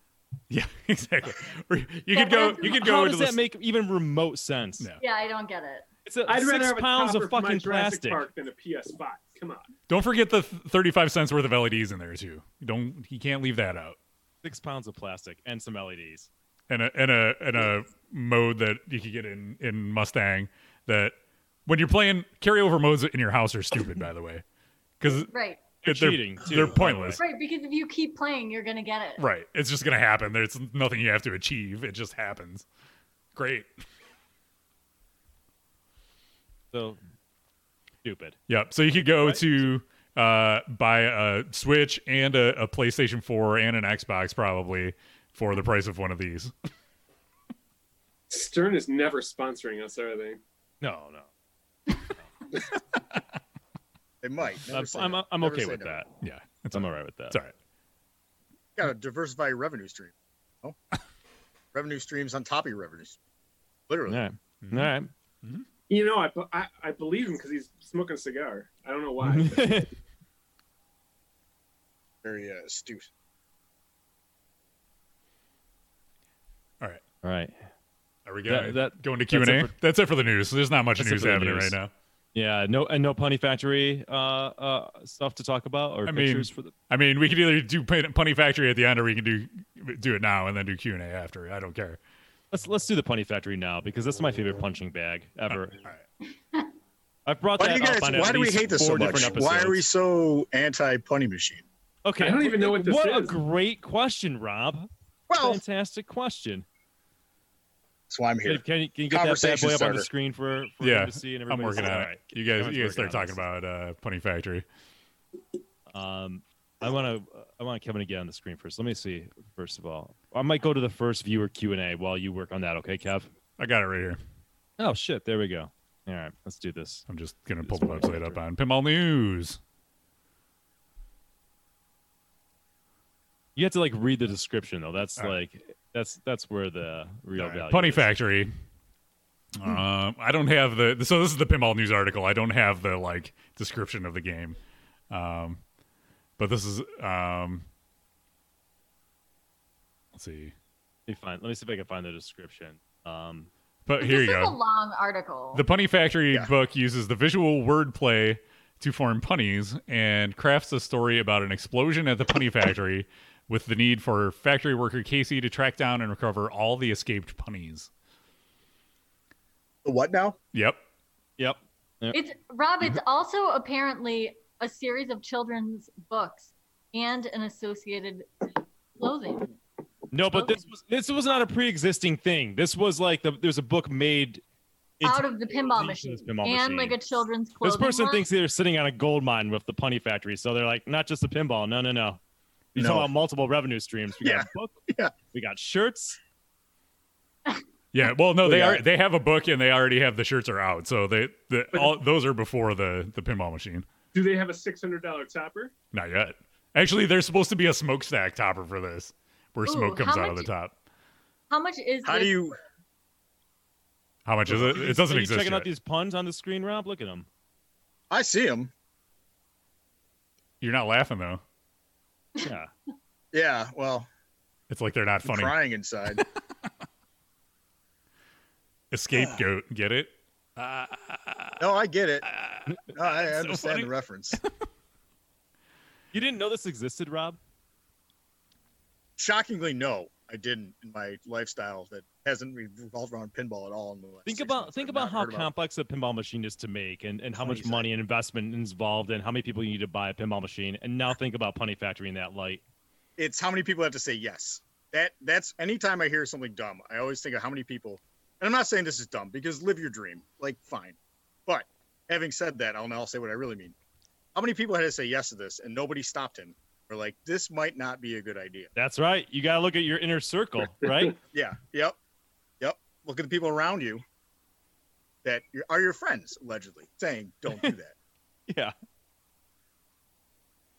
Yeah, exactly. Or you Yeah, could go. that's- You could How go into does the. that make even remote sense? No. Yeah, I don't get it. It's a, I'd rather six have a pounds topper of for my fucking Jurassic plastic. Park than a PS5. Come on. don't forget the th- thirty-five cents worth of LEDs in there too. Don't. You can't leave that out. Six pounds of plastic and some E LEDs. and a and a and a mode that you could get in in Mustang that when you're playing carryover modes in your house are stupid by the way because Right, they're cheating, too, they're by the way. pointless right. Because if you keep playing, you're gonna get it. right it's just gonna happen there's nothing you have to achieve it just happens great So stupid. yep so you could go to uh buy a Switch and a, a PlayStation 4 and an Xbox probably for the price of one of these Stern is never sponsoring us, are they? No, no. They might. Never I'm, say I'm, never. I'm Never okay say with never. that. yeah it's I'm all right with that. it's all right You gotta diversify your revenue stream. Oh. revenue streams on top of your revenues. Literally. Yeah. Mm-hmm. All right. You know, I, bu- I, I believe him because he's smoking a cigar. I don't know why. but Very uh, astute. all right all right. are we gonna That- that- going to that's it Q&A that's it, for- for, the news there's not much That's it news for the happening news. right now Yeah. No, and no punny factory uh, uh, stuff to talk about or I mean- pictures for the. I mean, we could either do Pun- Punny Factory at the end, or we can do do it now and then do Q and A after. I don't care. Let's let's do the punny factory now because that's my favorite punching bag ever. I've brought Why that do you guys? up on at Why do we least hate this so four much? different Why are we episodes. so anti punny machine? Okay, I don't even know what this What a is. great question, Rob. Well, that's Fantastic question. why I'm here. Can, can you, can you get that bad Conversation boy up on starter. the screen for, for Yeah, him to see and I'm everybody? working to see? on it. All right. You guys, Everyone's you guys working start on talking this. about uh, Punny Factory. Um, I want to I want Kevin to get on the screen first. Let me see. First of all, I might go to the first viewer Q and A while you work on that. Okay, Kev. I got it right here. Oh shit! There we go. All right, let's do this. I'm just gonna This pull the Punny website up Factory. on Pinball News. You have to like read the description though. That's All right. like that's that's where the real All right, value. Punny Oh, is. Hmm. Factory. Um, I don't have the so this is the Pinball News article. I don't have the like description of the game, um, But this is um let's see. Let me find. Let me see if I can find the description. Um, But Oh, here this you is a go. long article. The Punny Factory Yeah. book uses the visual wordplay to form punnies and crafts a story about an explosion at the punny factory with the need for factory worker Casey to track down and recover all the escaped punnies. The what now? Yep. yep. It's Rob. Mm-hmm. It's also apparently a series of children's books and an associated clothing. No, but this was this was not a pre-existing thing. This was like the, there's a book made into- out of the pinball into machine this pinball and machine. like a children's clothing. This person line. thinks they're sitting on a gold mine with the punny factory, so they're like, not just the pinball. No, no, no. You No. talk about multiple revenue streams. We got a book. Yeah. We got shirts. Yeah, well, no, Well, they Oh, yeah. are. They have a book, and they already have the shirts are out. So they, the, all those are before the the pinball machine. Do they have a six hundred dollar topper? Not yet. Actually, there's supposed to be a smokestack topper for this, where Ooh, smoke comes how out of the much- top. How much is How do this? you? How much is it? It doesn't Are you exist checking yet. out these puns on the screen, Rob? Look at them. I see him. You're not laughing though. Yeah. Yeah. Well, It's like they're not I'm funny. crying inside. Escape goat. Get it? Uh, no, I get it. No, I understand funny. the reference. you didn't know this existed, Rob? Shockingly, no, I didn't. In my lifestyle that hasn't revolved around pinball at all. In the last Think six about months. think I've about not how heard complex a pinball machine is to make, and, and how much Exactly. money and investment is involved, and how many people you need to buy a pinball machine. And now think about punny factory in that light. it's how many people have to say yes. That that's anytime I hear something dumb, I always think of how many people. And I'm not saying this is dumb because live your dream, like fine. But having said that, I'll now say what I really mean. How many people had to say yes to this and nobody stopped him? Or like this might not be a good idea. That's right. You got to look at your inner circle, right? Yeah. Yep. Yep. Look at the people around you that you're, are your friends allegedly saying don't do that. you yeah.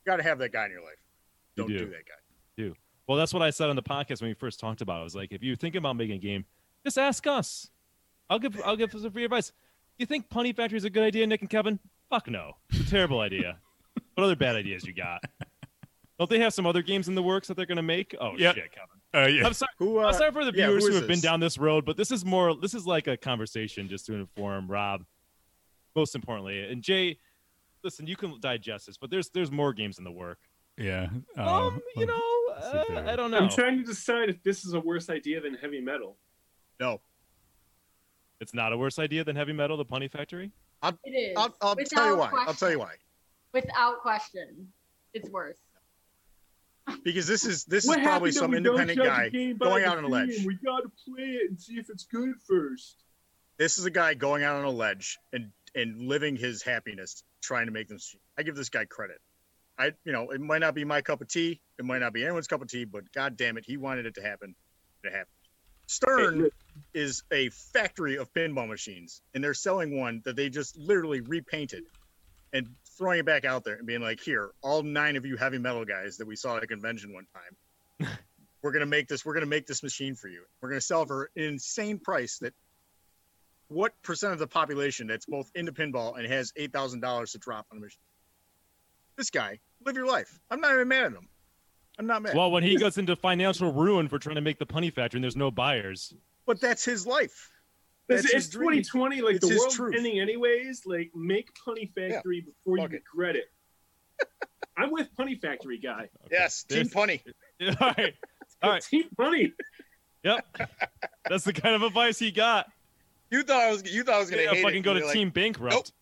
got to have that guy in your life. You Don't do. do that guy. Well, that's what I said on the podcast when we first talked about it. I was like, if you think about making a game, just ask us. I'll give I'll give some free advice. You think Punny Factory is a good idea, Nick and Kevin? Fuck no. It's a terrible idea. What other bad ideas you got? Don't they have some other games in the works that they're gonna make? Oh Yep. shit, Kevin. Uh, yeah. I'm sorry. Who? I'm Uh, Oh, sorry for the yeah, viewers who who is have been this? down this road, but this is more this is like a conversation just to inform Rob, most importantly. And Jay, listen, you can digest this, but there's there's more games in the work. yeah. Uh, Um, you know, see if uh, there- I don't know. I'm trying to decide if this is a worse idea than heavy metal. no. It's not a worse idea than heavy metal, the Punny Factory. It is. I'll, I'll tell you without why. I'll tell you question. why. Without question, it's worse. Because this is this is What probably happened that some we don't independent judge guy a game by going the out on a theme? ledge. We gotta play it and see if it's good first. This is a guy going out on a ledge and and living his happiness, trying to make them. see- I give this guy credit. I you know it might not be my cup of tea, it might not be anyone's cup of tea, but god damn it, he wanted it to happen. It happened. Stern is a factory of pinball machines, and they're selling one that they just literally repainted and throwing it back out there and being like, "Here, all nine of you heavy metal guys that we saw at a convention one time, we're gonna make this. We're gonna make this machine for you. We're gonna sell for an insane price that." What percent of the population that's both into pinball and has eight thousand dollars to drop on a machine? This guy, live your life. I'm not even mad at him. I'm not mad. Well, when he goes into financial ruin for trying to make the Punny Factory and there's no buyers, but that's his life. It's, That's his it's dream. 2020, like It's the his world's truth. ending anyways. Like make Punny Factory before fuck you it. regret it. I'm with Punny Factory guy. Yes, Team There's- Punny. all right, all right, Team Punny. yep, that's the kind of advice he got. You thought I was you thought I was gonna Yeah, hate fucking it. go You're to like, team bankrupt.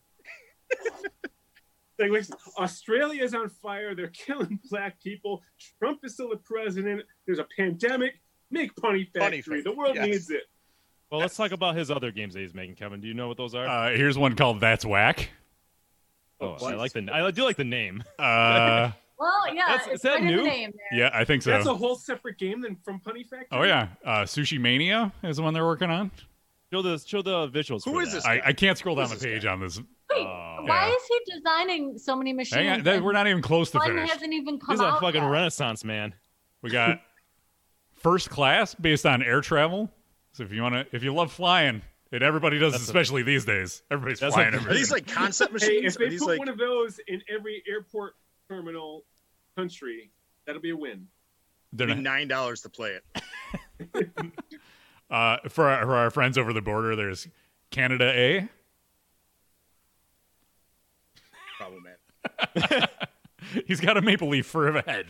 Like, listen, Australia's on fire. They're killing black people. Trump is still the president. There's a pandemic. Make Punny Factory. Punny The Factory, world yes. needs it. Well, let's talk about his other games that he's making, Kevin. Do you know what those are? uh, here's one called "That's Whack." oh, I what? like the I do like the name. Uh, Well, yeah, That's- is it's that right in new? the name there. yeah, I think so. That's a whole separate game than from Punny Factory. oh yeah, uh, Sushi Mania is the one they're working on. Show the show the visuals. Who for is that. this? I, I can't scroll Who down is the this guy? page on this. Wait, Oh. why Yeah. is he designing so many machines? Hang on, that, and we're not even close to one finished. hasn't even come He's a out. fucking yet? renaissance man. We got first class based on air travel. So if you want to, if you love flying, and everybody does, That's a- especially these days, everybody's That's flying. a- everywhere. Are these like concept Hey, machines? if Are they these put like one of those in every airport terminal, country, that'll be a win. They're It'd not- be nine dollars to play it. uh, for our, for our friends over the border, there's Canada A. Problematic. He's got a maple leaf for a head.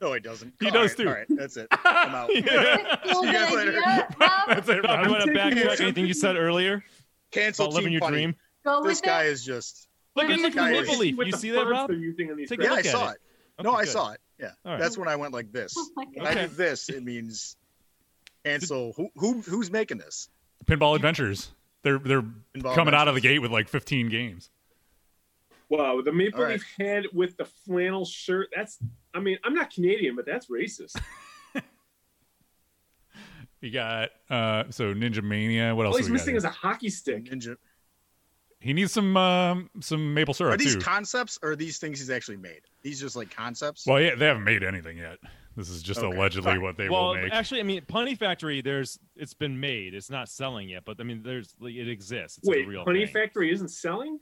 No, it doesn't. He All does right, too. All right, that's it. I'm out. Cool you guys good later. idea, Rob. That's it. I'm Rob. going to backtrack something. anything you said earlier Cancel about living team your funny. dream. Go This with guy it. is just. Look at This look guy at is- Maple Leaf. What You the see that, fonts Rob? They're using on these Take a graphics. Yeah, I look at saw it. no, Okay, I good. saw it. Yeah, All right. that's when I went like this. Oh my When God. I Okay. do this. It means cancel. Who, who who's making this? Pinball Adventures. They're they're Pinball coming out of the Adventures. gate with like 15 games. Wow, the maple All right. leaf head with the flannel shirt. That's, I mean, I'm not Canadian, but that's racist. You got uh so Ninja Mania. What else? All he's do we got missing here? is a hockey stick. Ninja. he needs some um some maple Are syrup these too. concepts or are these things he's actually made? These just like concepts. well, yeah, they haven't made anything yet. This is just Okay. allegedly Fine. what they well, will make. actually, I mean, Punny Factory. There's it's been made. It's not selling yet, but I mean, there's like, it exists. It's Wait, a real Honey thing. Factory isn't selling?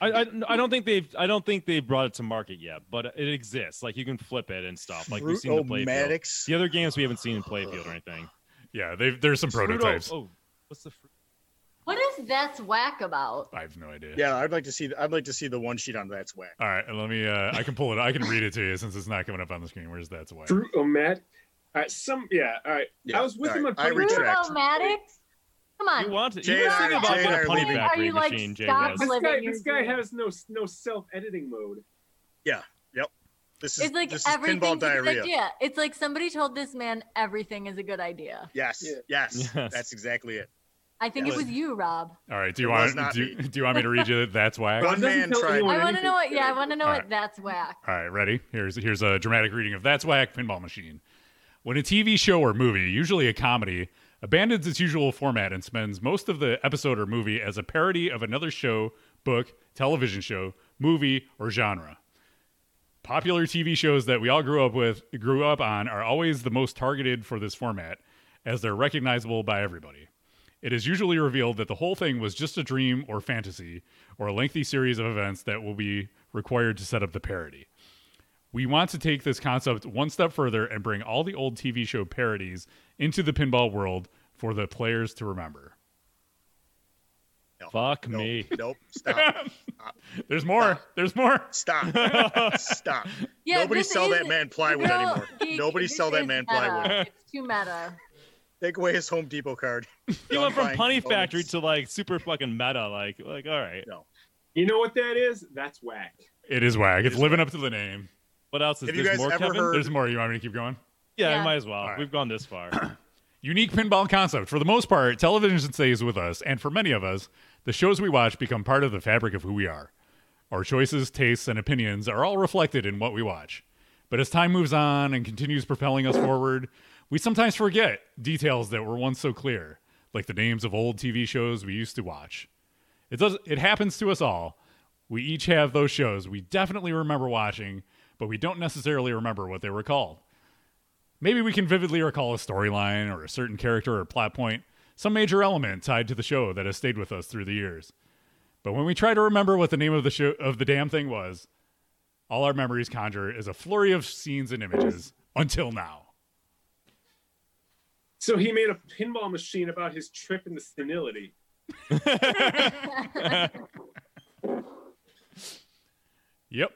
I, I I don't think they've I don't think they've brought it to market yet, but it exists. Like you can flip it and stuff. Like we've seen the playfield. Fruit-o-matics? The other games we haven't seen in playfield or anything. yeah, they there's some prototypes. Fruit-o- oh, what's the? Fr- What is that's whack about? I have no idea. Yeah, I'd like to see. I'd like to see the one sheet on that's whack. All right, let me. Uh, I can pull it. I can read it to you since it's not coming up on the screen. Where's that's why? Fruit o Matt? All right, some, yeah, all right. Yeah, I was with all him on right, I Punny retract. Factory. Automatics? Come on. you want it? Jay You were and I- thinking about what Jay and I a are Punny leaving. Are Factory you, like, machine Jay stop was. This Living guy, your this guy dream. has no no self editing mode. This is It's like this is pinball everything's a good diarrhea. idea. It's like somebody told this man everything is a good idea. Yes, Yeah. yes, Yes. that's exactly it. I think Yeah. it was you, Rob. All right. Do you It was want? not Do, me. do you want me to read you that's why? One It doesn't man tell tried. anyone I want to anything. know what. Yeah, I want to know All what right. that's whack. All right, ready? Here's here's a dramatic reading of That's Whack Pinball Machine. When a TV show or movie, usually a comedy, abandons its usual format and spends most of the episode or movie as a parody of another show, book, television show, movie, or genre. Popular TV shows that we all grew up with, grew up on, are always the most targeted for this format, as they're recognizable by everybody. It is usually revealed that the whole thing was just a dream or fantasy, or a lengthy series of events that will be required to set up the parody. We want to take this concept one step further and bring all the old TV show parodies into the pinball world for the players to remember. Fuck Nope, me. nope, stop, There's more. There's more. stop, stop. Yeah, Nobody this sell is- that man plywood No, anymore. geek, Nobody this sell that is man meta. plywood. It's too meta. Take away his Home Depot card. You went from Punny Punny Factory to like super fucking meta. Like like all right. You know what that is? That's whack. It is whack. It's living up to the name. What else is Have you this guys more ever Kevin? heard- There's more. You want me to keep going? Yeah, Yeah. might as well. right. We've gone this far. Unique pinball concept. For the most part, television stays with us, and for many of us, the shows we watch become part of the fabric of who we are. Our choices, tastes, and opinions are all reflected in what we watch. But as time moves on and continues propelling us forward, we sometimes forget details that were once so clear, like the names of old TV shows we used to watch. It does it happens to us all. We each have those shows we definitely remember watching, but we don't necessarily remember what they were called. Maybe we can vividly recall a storyline or a certain character or plot point, some major element tied to the show that has stayed with us through the years. But when we try to remember what the name of the show of the damn thing was, all our memories conjure is a flurry of scenes and images until now. So he made a pinball machine about his trip into senility. Yep.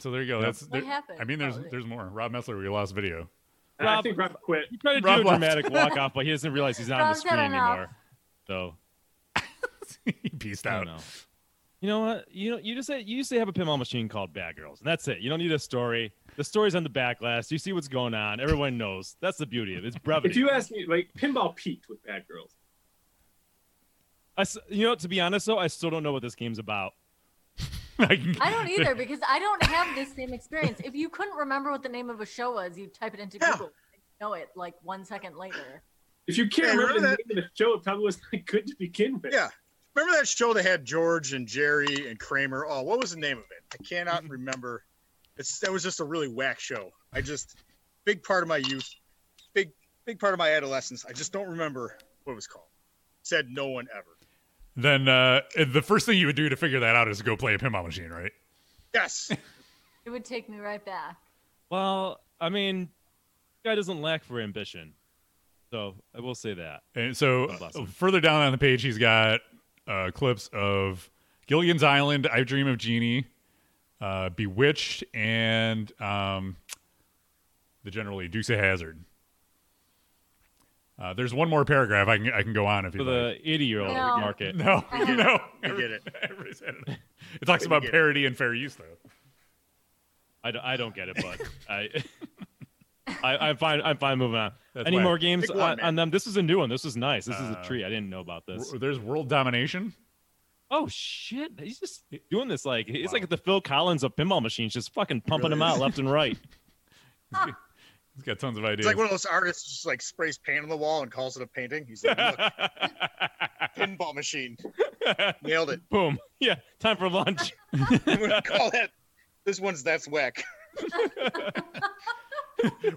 So there you go. That's What there- happened? I mean, there's Oh, it- there's more. Rob Messler, we lost video. I Rob- think Rob quit. He tried to Rob do a left. dramatic walk off, but he doesn't realize he's not on the Rob's had screen enough. anymore. So he pieced I out. don't know. You know what? You know, you just say, you used to have a pinball machine called Bad Girls, and that's it. You don't need a story. The story's on the backlash. You see what's going on. Everyone knows. That's the beauty of it. It's brevity. If you ask me, like pinball peaked with bad girls. I s- you know, to be honest though, I still don't know what this game's about. I can- I don't either because I don't have this same experience. If you couldn't remember what the name of a show was, you type it into Yeah. Google. and you Know it like one second later. If you can't Yeah, remember, remember the name of the show, it probably wasn't good to begin with. Yeah. Remember that show that had George and Jerry and Kramer? Oh, what was the name of it? I Mm-hmm. cannot remember. It's that was just a really whack show. I just big part of my youth, big big part of my adolescence. I just don't remember what it was called. Said no one ever. Then uh, the first thing you would do to figure that out is go play a pinball machine, right? Yes. It would take me right back. Well, I mean, guy doesn't lack for ambition, so I will say that. And so uh, Oh, God bless him. further down on the page, he's got uh, clips of Gilligan's Island, I Dream of Jeannie, uh, Bewitched, and um, the generally Dukes of Hazard. Uh, there's one more paragraph I can I can go on if you For the eighty-year-old No. market, No, no, You get it. Everybody's had it. It talks You about get it. parody and fair use though. I don't, I don't get it, but I, I, I'm fine. I'm fine moving on. That's Any why- more games Pick one, on, man. on them? This is a new one. This is nice. This is Uh, a treat. I didn't know about this. W- There's world domination. Oh shit! He's just doing this like he's Wow. like the Phil Collins of pinball machines, just fucking pumping them out left and right. He's got tons of ideas. It's like one of those artists just like sprays paint on the wall and calls it a painting. He's like, look, pinball machine. Nailed it. Boom. Yeah. Time for lunch. I'm gonna call that this one's that's whack.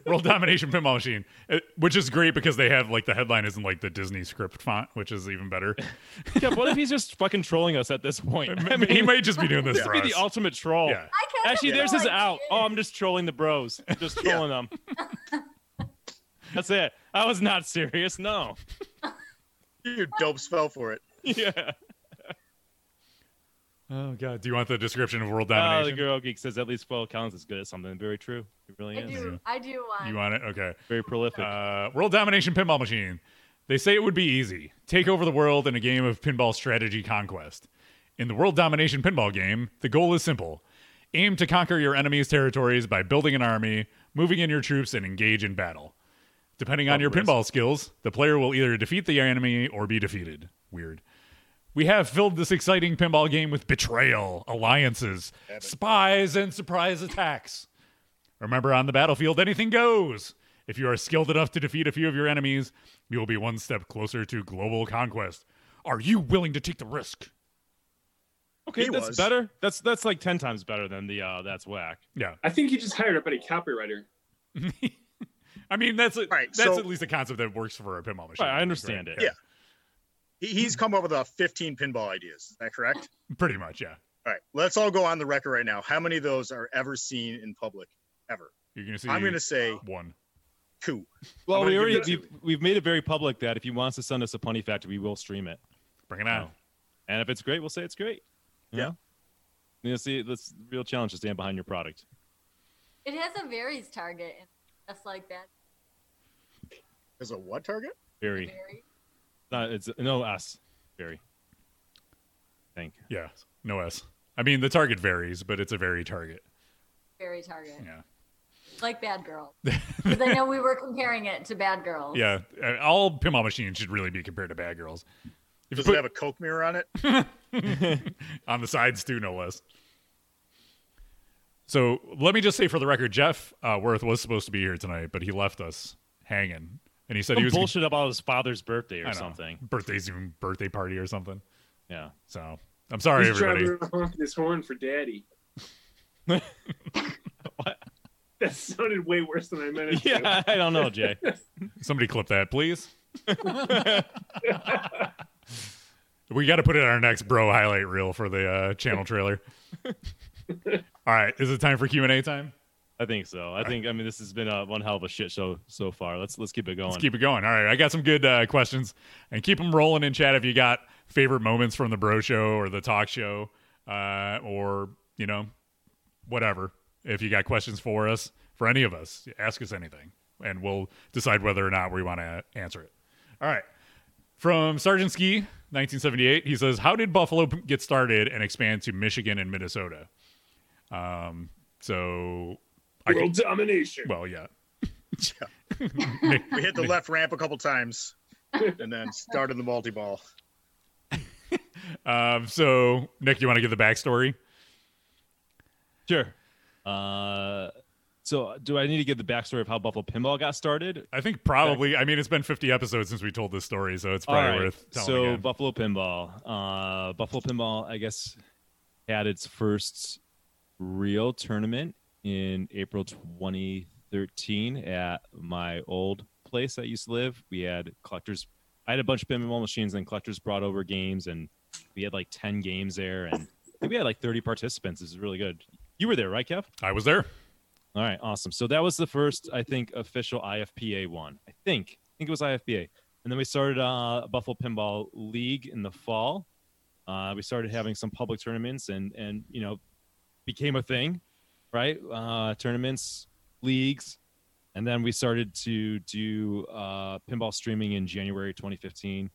World Domination Pinball Machine, uh, which is great because they have like the headline isn't like the Disney script font, which is even better. yeah. What if he's just fucking trolling us at this point? I mean, he might just be doing this this for be us. the ultimate troll. Yeah. I can't Actually, have there's no his out. idea. Oh, I'm just trolling the bros. Just trolling them. That's it. I was not serious. No. You dopes fell for it. Yeah. Oh god, do you want the description of World Oh, the Domination? girl geek says at least Phil Collins is good at something. Very true. He really I is. do. I do want. you want it? Okay. Very prolific. Uh, world Domination Pinball Machine. They say it would be easy. Take over the world in a game of pinball strategy conquest. In the World Domination Pinball game, the goal is simple. Aim to conquer your enemy's territories by building an army, moving in your troops, and engage in battle. Depending on your pinball skills, the player will either defeat the enemy or be defeated. Weird. We have filled this exciting pinball game with betrayal, alliances, spies, and surprise attacks. Remember, on the battlefield, anything goes. If you are skilled enough to defeat a few of your enemies, you will be one step closer to global conquest. Are you willing to take the risk? okay, he that's was. better. That's that's like ten times better than the uh that's whack. Yeah, I think you just hired a buddy copywriter. I mean that's a, Right, that's so- at least a concept that works for a pinball machine. Right, I understand it. Yeah. He, he's come up with uh, 15 pinball ideas. Is that correct? Yeah, pretty much. Yeah, All right, let's all go on the record right now. How many of those are ever seen in public? Ever? you're gonna see. I'm gonna say one. two. Well, I'm we gonna already give it we've, we've made it very public that if he wants to send us a punny factor, we will stream it. Bring it Oh. on. And if it's great, we'll say it's great. You Yeah. know? You know, see, that's the real challenge to stand behind your product. It has a varies target, and just like that. Is a what target? Very. Vary. Uh, it's no us. Very. Thank. Yeah, no S. I mean the target varies, but it's a very target. Very target. Yeah, Like Bad Girls. 'Cause I know we were comparing it to Bad Girls. yeah. uh, All pinball machines should really be compared to Bad Girls. If you Does put it have a Coke mirror on it? on the sides too, no less. So let me just say for the record, Jeff uh, Worth was supposed to be here tonight, but he left us hanging, and he said he Some was bullshit about his father's birthday I know, or something. birthday Zoom birthday party or something. Yeah. So I'm sorry, He's everybody. driving around honking his horn for daddy. That sounded way worse than I meant it to. Yeah, I don't know, Jay. Somebody clip that, please. we got to put it on our next bro highlight reel for the uh, channel trailer. All right, is it time for Q and A time? I think so. I think I mean this has been a, one hell of a shit show so far. Let's let's keep it going. Let's keep it going. All right, I got some good uh, questions, and keep them rolling in chat if you got favorite moments from the Bro Show or the Talk Show, uh, or you know, whatever. If you got questions for us, for any of us, ask us anything, and we'll decide whether or not we want to answer it. All right, from Sergeant Ski, 1978, he says, "How did Buffalo p- get started and expand to Michigan and Minnesota?" Um, so, I World could, domination. well, yeah. We hit the left ramp a couple times, and then started the multi ball. Um, so, Nick, you want to give the backstory? Sure. Uh, so do I need to give the backstory of how Buffalo Pinball got started? I think probably. I mean, it's been 50 episodes since we told this story, so it's probably worth telling so again. Buffalo Pinball. Uh, Buffalo Pinball, I guess, had its first real tournament in April 2013 at my old place I used to live. We had collectors. I had a bunch of pinball machines, and collectors brought over games, and we had like 10 games there, and I think we had like 30 participants. This is really good. You were there, right, Kev? I was there. All right, awesome. So that was the first, I think, official IFPA one. I think, I think it was IFPA, and then we started uh, Buffalo Pinball League in the fall. Uh, we started having some public tournaments, and and you know, became a thing, right? Uh, tournaments, leagues, and then we started to do uh, pinball streaming in January 2015.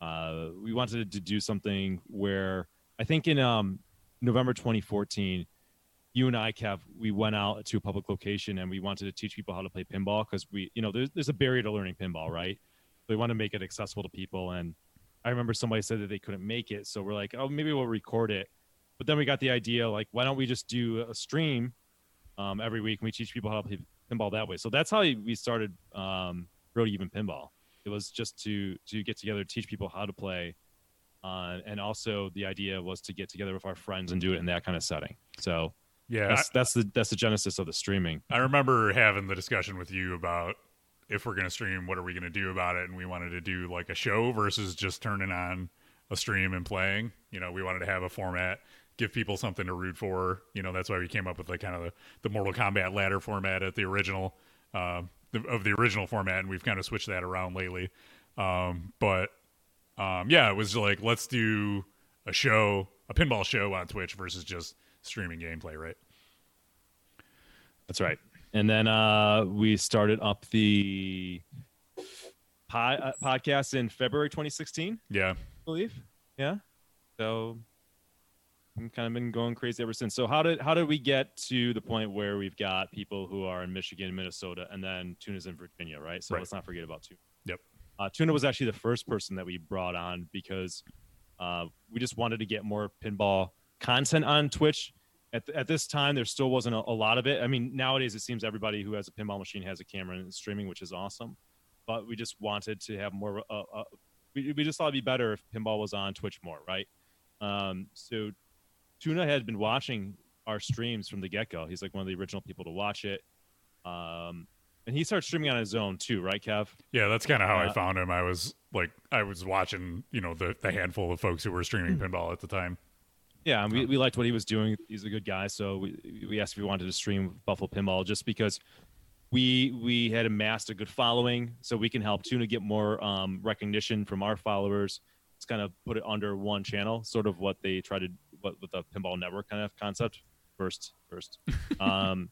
Uh, we wanted to do something where I think in um, November 2014 you and I, Kev, we went out to a public location and we wanted to teach people how to play pinball because we, you know, there's, there's a barrier to learning pinball, right? We want to make it accessible to people. And I remember somebody said that they couldn't make it. So we're like, oh, maybe we'll record it. But then we got the idea, like, why don't we just do a stream um, every week and we teach people how to play pinball that way? So that's how we started um, Brody Even Pinball. It was just to to get together, teach people how to play. Uh, and also the idea was to get together with our friends and do it in that kind of setting. So Yeah, that's, that's the that's the genesis of the streaming. I, I remember having the discussion with you about if we're going to stream, what are we going to do about it, and we wanted to do like a show versus just turning on a stream and playing. You know, we wanted to have a format, give people something to root for. You know, that's why we came up with like kind of the, the Mortal Kombat ladder format at the original uh, the, of the original format, and we've kind of switched that around lately. Um, but um, yeah, it was like let's do a show, a pinball show on Twitch versus just streaming gameplay, right? That's right. And then uh, we started up the pod, uh, podcast in February 2016, Yeah. I believe. Yeah. So I'm kind of been going crazy ever since. So how did how did we get to the point where we've got people who are in Michigan, Minnesota, and then Tuna's in Virginia, right? So Right. let's not forget about Tuna. Yep. Uh, Tuna was actually the first person that we brought on because uh, we just wanted to get more pinball content on Twitch. At, th- at this time, there still wasn't a, a lot of it. I mean, nowadays it seems everybody who has a pinball machine has a camera and is streaming, which is awesome. But we just wanted to have more. Uh, uh, we, we just thought it'd be better if pinball was on Twitch more, right? Um, so Tuna had been watching our streams from the get go. He's like one of the original people to watch it. Um, and he started streaming on his own too, right, Kev? Yeah, that's kind of how I Uh, found him. I was like, I was watching, you know, the, the handful of folks who were streaming pinball at the time. Yeah, and we, we liked what he was doing. He's a good guy, so we we asked if he wanted to stream Buffalo Pinball just because we we had amassed a good following, so we can help Tuna get more um, recognition from our followers. It's kind of put it under one channel, sort of what they try to what with the Pinball Network kind of concept first first. um,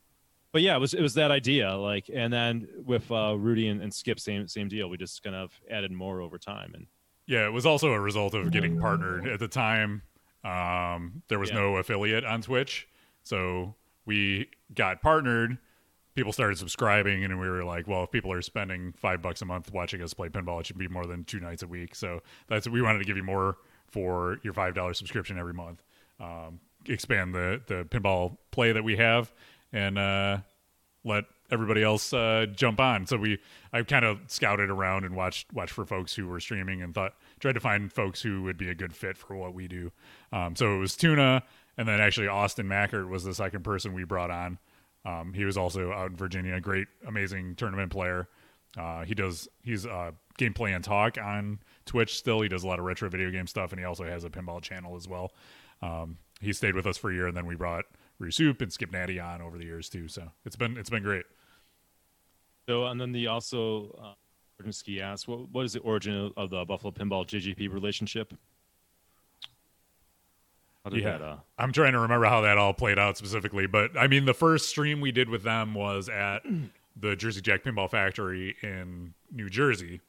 but yeah, it was it was that idea, like, and then with uh, Rudy and, and Skip, same same deal. We just kind of added more over time, and Yeah, it was also a result of getting partnered at the time. Um, there was Yeah. no affiliate on Twitch, so we got partnered. People started subscribing, and we were like, "Well, if people are spending five bucks a month watching us play pinball, it should be more than two nights a week." So that's we wanted to give you more for your five dollar subscription every month. Um, expand the the pinball play that we have, and uh, let everybody else uh, jump on. So we, I kind of scouted around and watched watched for folks who were streaming and thought tried to find folks who would be a good fit for what we do. Um, so it was Tuna, and then actually Austin Mackert was the second person we brought on. Um, he was also out in Virginia, a great, amazing tournament player. Uh, he does he's uh, gameplay and talk on Twitch still. He does a lot of retro video game stuff, and he also has a pinball channel as well. Um, he stayed with us for a year, and then we brought Rusup and Skip Natty on over the years too. So it's been it's been great. So, and then the also, uh, Berdinsky asks, what, what is the origin of, of the Buffalo Pinball JGP relationship? How did Yeah. that, uh, I'm trying to remember how that all played out specifically, but I mean, the first stream we did with them was at the Jersey Jack Pinball Factory in New Jersey.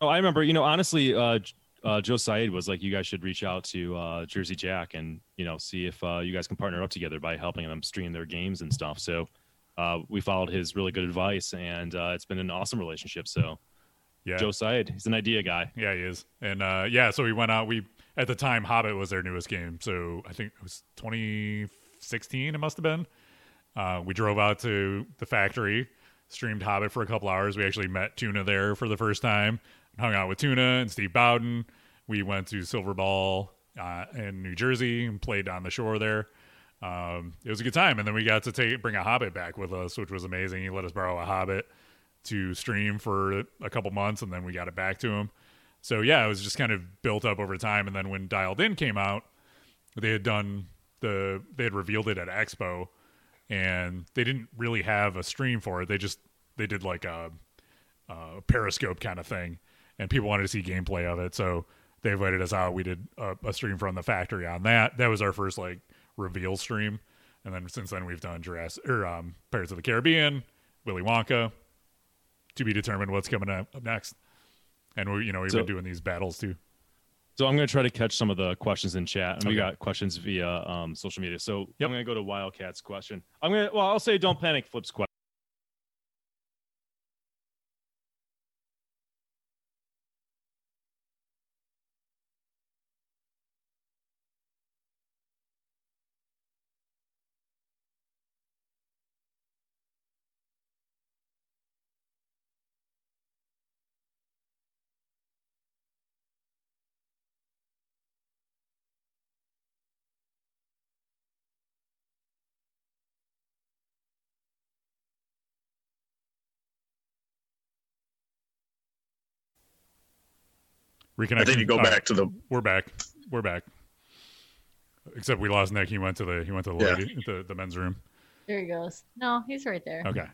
oh, I remember, you know, honestly, uh, J- uh, Joe Said was like, you guys should reach out to uh, Jersey Jack and, you know, see if uh, you guys can partner up together by helping them stream their games and stuff. So, uh, we followed his really good advice and uh, it's been an awesome relationship. So, Yeah, Joe Said, he's an idea guy. yeah, he is, and uh, yeah, so we went out. We at the time Hobbit was their newest game, so I think it was 2016. It must have been. Uh, we drove out to the factory, streamed Hobbit for a couple hours. We actually met Tuna there for the first time, hung out with Tuna and Steve Bowden. We went to Silver Ball uh, in New Jersey and played on the shore there. Um, it was a good time, and then we got to take bring a Hobbit back with us, which was amazing. He let us borrow a Hobbit to stream for a couple months, and then we got it back to him. So yeah, it was just kind of built up over time, and then when Dialed In came out, they had done the they had revealed it at Expo, and they didn't really have a stream for it. They just they did like a, a Periscope kind of thing, and people wanted to see gameplay of it, so they invited us out. We did a, a stream from the factory on that. That was our first like reveal stream, and then since then we've done Jurassic or um, Pirates of the Caribbean, Willy Wonka. To be determined what's coming up up next, and we you know we've So- been doing these battles too. So I'm going to try to catch some of the questions in chat. And We Okay. got questions via um, social media. So Yep. I'm going to go to Wildcat's question. I'm going to, well, I'll say don't panic flips question. Reconnection. I think you go Oh, back to the We're back. We're back. Except we lost Nick. He went to the he went to the Yeah. lady, the, the men's room. There he goes. No, he's right there. Okay.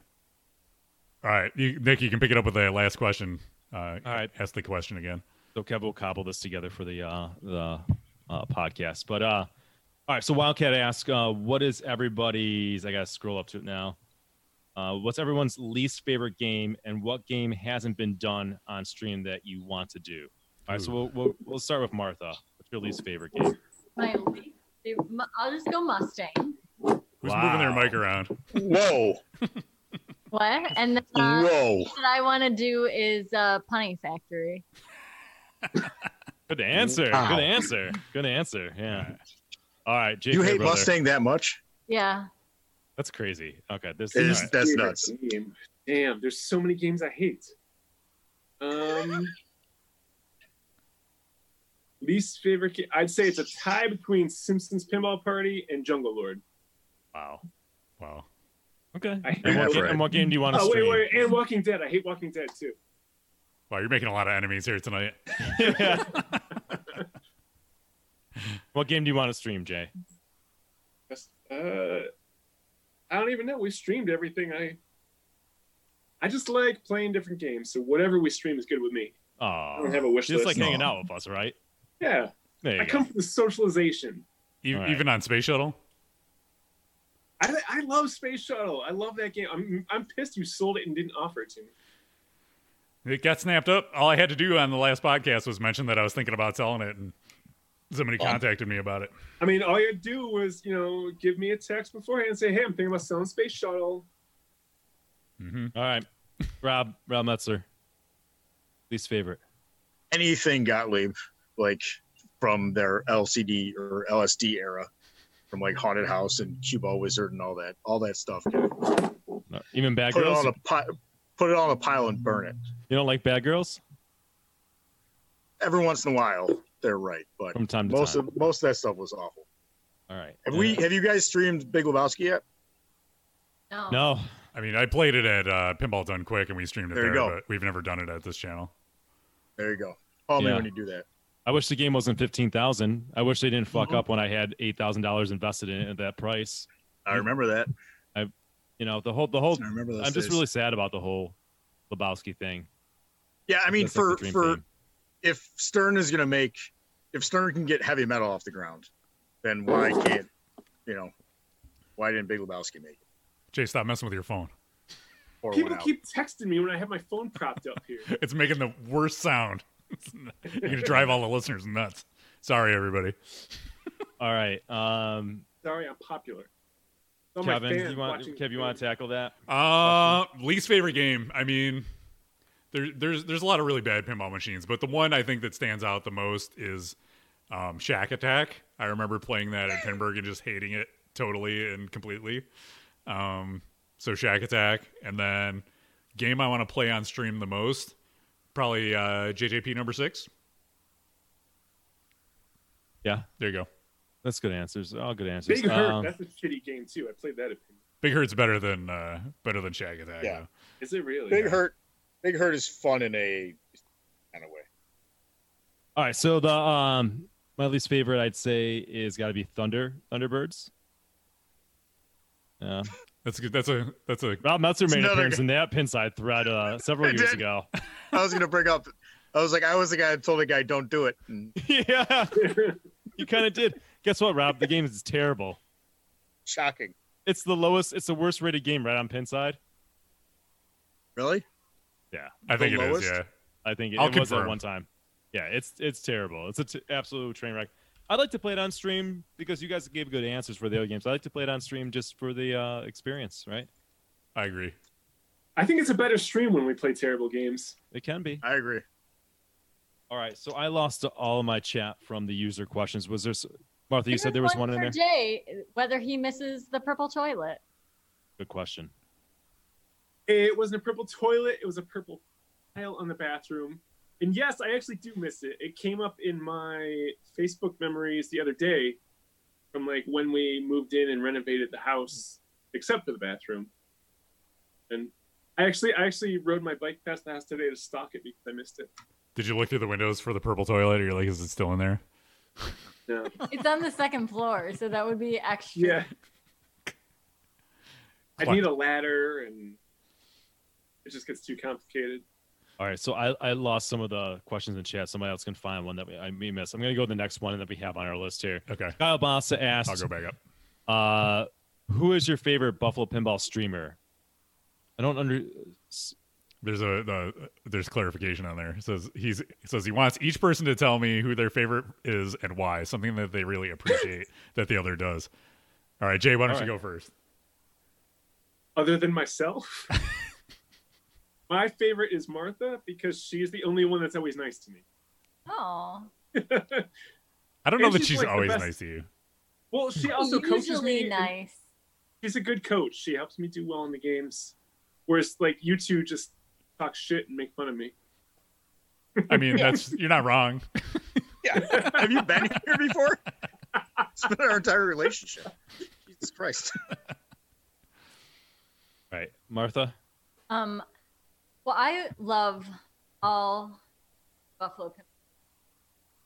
All right, you, Nick. You can pick it up with the last question. Uh, All right. Ask the question again. So Kev will cobble this together for the uh, the uh, podcast. But uh, all right. So Wildcat asks, uh, what is everybody's? I got to scroll up to it now. Uh, what's everyone's least favorite game, and what game hasn't been done on stream that you want to do? All right. So we'll we'll, we'll start with Martha. What's your least favorite game? My least favorite- mu- I'll just go Mustang. Who's moving their Wow. mic around? whoa, What? And then uh, whoa. what I want to do is uh, Punny Factory. Good answer. Wow. Good answer. Good answer. Yeah. All right, JK, You hate brother. Mustang that much? Yeah. That's crazy. Okay, this It is is- all right. that's Favorite nuts. game. Damn, there's so many games I hate. Um, least favorite game. I'd say it's a tie between Simpsons Pinball Party and Jungle Lord. wow. Wow. Okay. I And Yeah, what, game, right. and what game do you want to Oh stream? wait, wait, and Walking Dead. I hate Walking Dead too. Wow, you're making a lot of enemies here tonight. Yeah. what game do you want to stream, Jay? That's- Uh, I don't even know. We streamed everything. I I just like playing different games, so whatever we stream is good with me. I Oh, don't have a wish just list. like hanging out with us, right? yeah, There you I go. come from the socialization. E- All right. Even on space shuttle. I, I love Space Shuttle. I love that game. I'm I'm pissed you sold it and didn't offer it to me. It got snapped up. All I had to do on the last podcast was mention that I was thinking about selling it, and somebody contacted me about it. I mean, all you had to do was you know give me a text beforehand and say, hey, I'm thinking about selling Space Shuttle. hmm All right, Rob, Rob Metzler, least favorite. Anything Gottlieb, like from their LCD or LSD era, from like Haunted House and Cubo Wizard and all that, all that stuff. No, even bad Put it girls. on a pi- put it on a pile and burn it. You don't like bad girls? Every once in a while, they're right, but From time to most time. of most of that stuff was awful. All right. Have we? Have you guys streamed Big Lebowski yet? No. No. I mean, I played it at uh, Pinball Done Quick, and we streamed it There there, you go. but we've never done it at this channel. There you go. Call me Yeah. when you do that. I wish the game wasn't fifteen thousand. I wish they didn't fuck Mm-hmm. up when I had eight thousand dollars invested in it at that price. I remember that. You know, the whole, the whole. I remember those I'm just days. really sad about the whole Lebowski thing. Yeah, I mean, That's like the for dream for team. if Stern is gonna make, if Stern can get heavy metal off the ground, then why can't, you know, why didn't Big Lebowski make it? Jay, stop messing with your phone. Or People went out. keep texting me when I have my phone propped up here. It's making the worst sound. You're gonna drive all the listeners nuts. Sorry, everybody. All right. Um, Sorry, I'm popular. All my Kevin, fans you want, watching- Kev, you want to tackle that? Uh, least favorite game. I mean, there, there's there's a lot of really bad pinball machines, but the one I think that stands out the most is um, Shack Attack. I remember playing that at Pinburg and just hating it totally and completely. Um, so Shack Attack, and then game I want to play on stream the most, probably uh, JJP number six. Yeah, There you go. that's good answers. All good answers. Big Hurt. Um, that's a shitty game too. I played that. Opinion. Big Hurt's better than uh, better than Shack Attack. Yeah. though. Is it really? Big Hurt, Big Hurt is fun in a kind of way. all right. So the um, my least favorite I'd say is got to be Thunder Thunderbirds. Yeah. That's a good. That's a that's a Rob Metzer made an another appearance in that Pinside thread uh, several I years did. ago. I was gonna bring up. I was like, I was the guy that told the guy, "Don't do it." And yeah, you kind of did. Guess what, Rob? The game is terrible. shocking, It's the lowest. It's the worst rated game right on Pinside. really? Yeah, I think The it is. lowest? Yeah. I think it, I'll it was at confirm. one time. Yeah, it's it's terrible. It's an t- absolute train wreck. I'd like to play it on stream because you guys gave good answers for the other games. I like to play it on stream just for the uh, experience, right? I agree. I think it's a better stream when we play terrible games. It can be. I agree. All right, so I lost all of my chat from the user questions. Was there, s- Martha? You said there was one in for there. Jay, whether he misses the purple toilet. Good question. It wasn't a purple toilet, it was a purple tile on the bathroom. And yes, I actually do miss it. It came up in my Facebook memories the other day from like when we moved in and renovated the house, except for the bathroom. And I actually I actually rode my bike past the house today to stalk it because I missed it. Did you look through the windows for the purple toilet, or you're like, is it still in there? No. It's on the second floor, so that would be extra. Yeah. I Quite- need a ladder and it just gets too complicated. All right, so I, I lost some of the questions in chat. Somebody else can find one that we, I may miss. I'm going to go to the next one that we have on our list here. Okay, Kyle Bassa I'll asked, go back up. uh, "Who is your favorite Buffalo pinball streamer?" I don't under. s- There's a the, there's clarification on there. It says he's it says he wants each person to tell me who their favorite is and why, something that they really appreciate that the other does. All right, Jay, why don't All you go right. first? Other than myself, my favorite is Martha because she is the only one that's always nice to me. Oh, I don't know It's that just, she's like, the always best- nice to you. Well, she also coaches usually me. nice. She's a good coach. She helps me do well in the games. Whereas, like, you two just talk shit and make fun of me. I mean, that's you're not wrong. Yeah. Have you been here before? It's been our entire relationship. Jesus Christ. All right, Martha. Um, well, I love all Buffalo Pimp,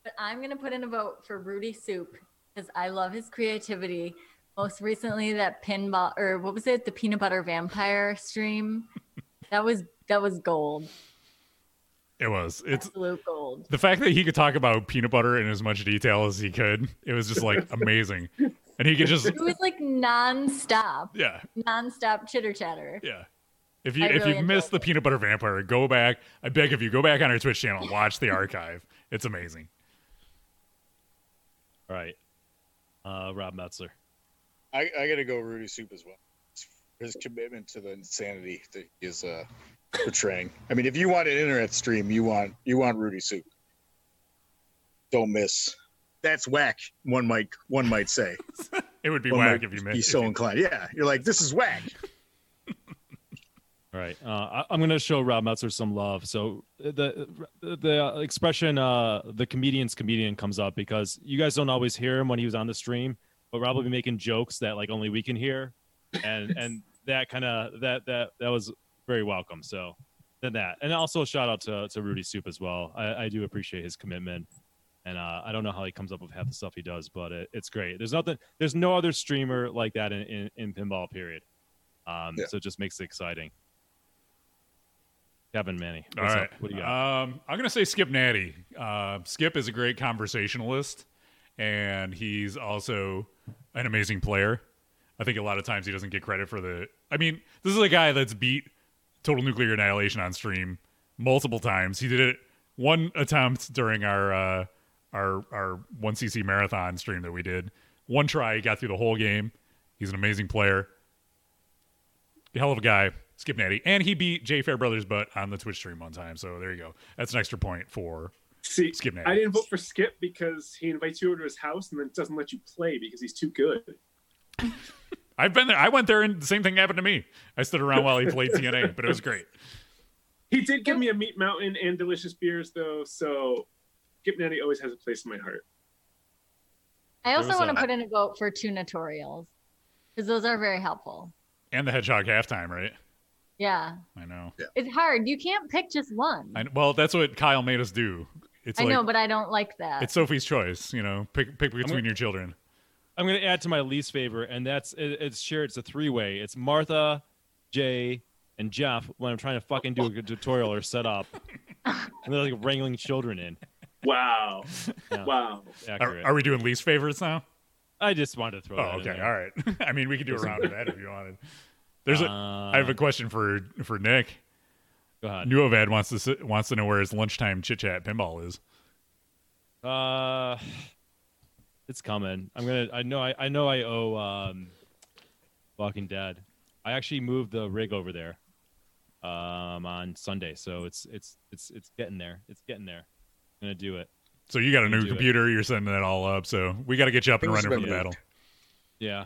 but I'm gonna put in a vote for Rudy Soup because I love his creativity. Most recently, that pinball or what was it, the peanut butter vampire stream? that was that was gold, It was. It's absolute gold. the fact that he could talk about peanut butter in as much detail as he could. It was just like amazing, and he could just It was like nonstop, yeah nonstop chitter chatter. Yeah. If you I if really you've missed enjoyed the peanut butter vampire, go back. I beg of you, go back on our Twitch channel and watch the archive. It's amazing. All right, uh, Rob Metzler. I, I gotta go Rudy Soup as well. His commitment to the insanity that he is uh, portraying. I mean, if you want an internet stream, you want you want Rudy Soup. Don't miss. That's whack. One might one might say. It would be One whack might if you be missed. so inclined. Yeah, you're like this is whack. All right, uh, I, I'm going to show Rob Metzer some love. So uh, the the, the expression uh, "the comedian's comedian" comes up because you guys don't always hear him when he was on the stream, but Rob will be making jokes that like only we can hear, and and that kind of that that that was very welcome. So then that, and also a shout out to to Rudy Soup as well. I, I do appreciate his commitment, and uh, I don't know how he comes up with half the stuff he does, but it, it's great. There's nothing, there's no other streamer like that in in, in pinball. Period. Um, Yeah. So it just makes it exciting. Kevin Manny. All what's right. up? What do you got? Um, I'm gonna say Skip Natty. Uh, Skip is a great conversationalist, and he's also an amazing player. I think a lot of times he doesn't get credit for the. I mean, this is a guy that's beat Total Nuclear Annihilation on stream multiple times. He did it one attempt during our uh, our our one CC marathon stream that we did. One try, he got through the whole game. He's an amazing player hell of a guy, Skip Natty, and he beat Jay Fairbrother's butt on the Twitch stream one time. So there you go. That's an extra point for. See, Skip Natty. I didn't vote for Skip because he invites you over to his house and then doesn't let you play because he's too good. I've been there. I went there, and the same thing happened to me. I stood around while he played TNA, but it was great. He did give me a meat mountain and delicious beers, though, so Skip Natty always has a place in my heart. I also was want a- to put in a vote for two tutorials because those are very helpful. And the Hedgehog halftime, right? Yeah, I know. it's hard. You can't pick just one. I, I, well, that's what Kyle made us do. It's like know, but I don't like that. it's Sophie's choice. You know, pick pick between gonna- your children. I'm going to add to my least favorite, and that's it, it's sure it's a three way. It's Martha, Jay, and Jeff when I'm trying to fucking do a tutorial or set up, and they're like wrangling children in. Wow. Wow. Are, Accurate. are we doing least favorites now? I just wanted to throw. Oh, that in okay. there. All right. I mean, we could do a round of that if you wanted. There's a. I have a question for for Nick. Uh, Go ahead. Nuovad wants to s- wants to know where his lunchtime chit chat pinball is. Uh, it's coming. I'm gonna. I know. I, I know. I owe um, Walking Dead. I actually moved the rig over there, um, on Sunday. So it's it's it's it's getting there. It's getting there. I'm gonna do it. So you got a We new do it. computer. You're setting that all up. So we got to get you up and Things running have for the been battle. Yeah,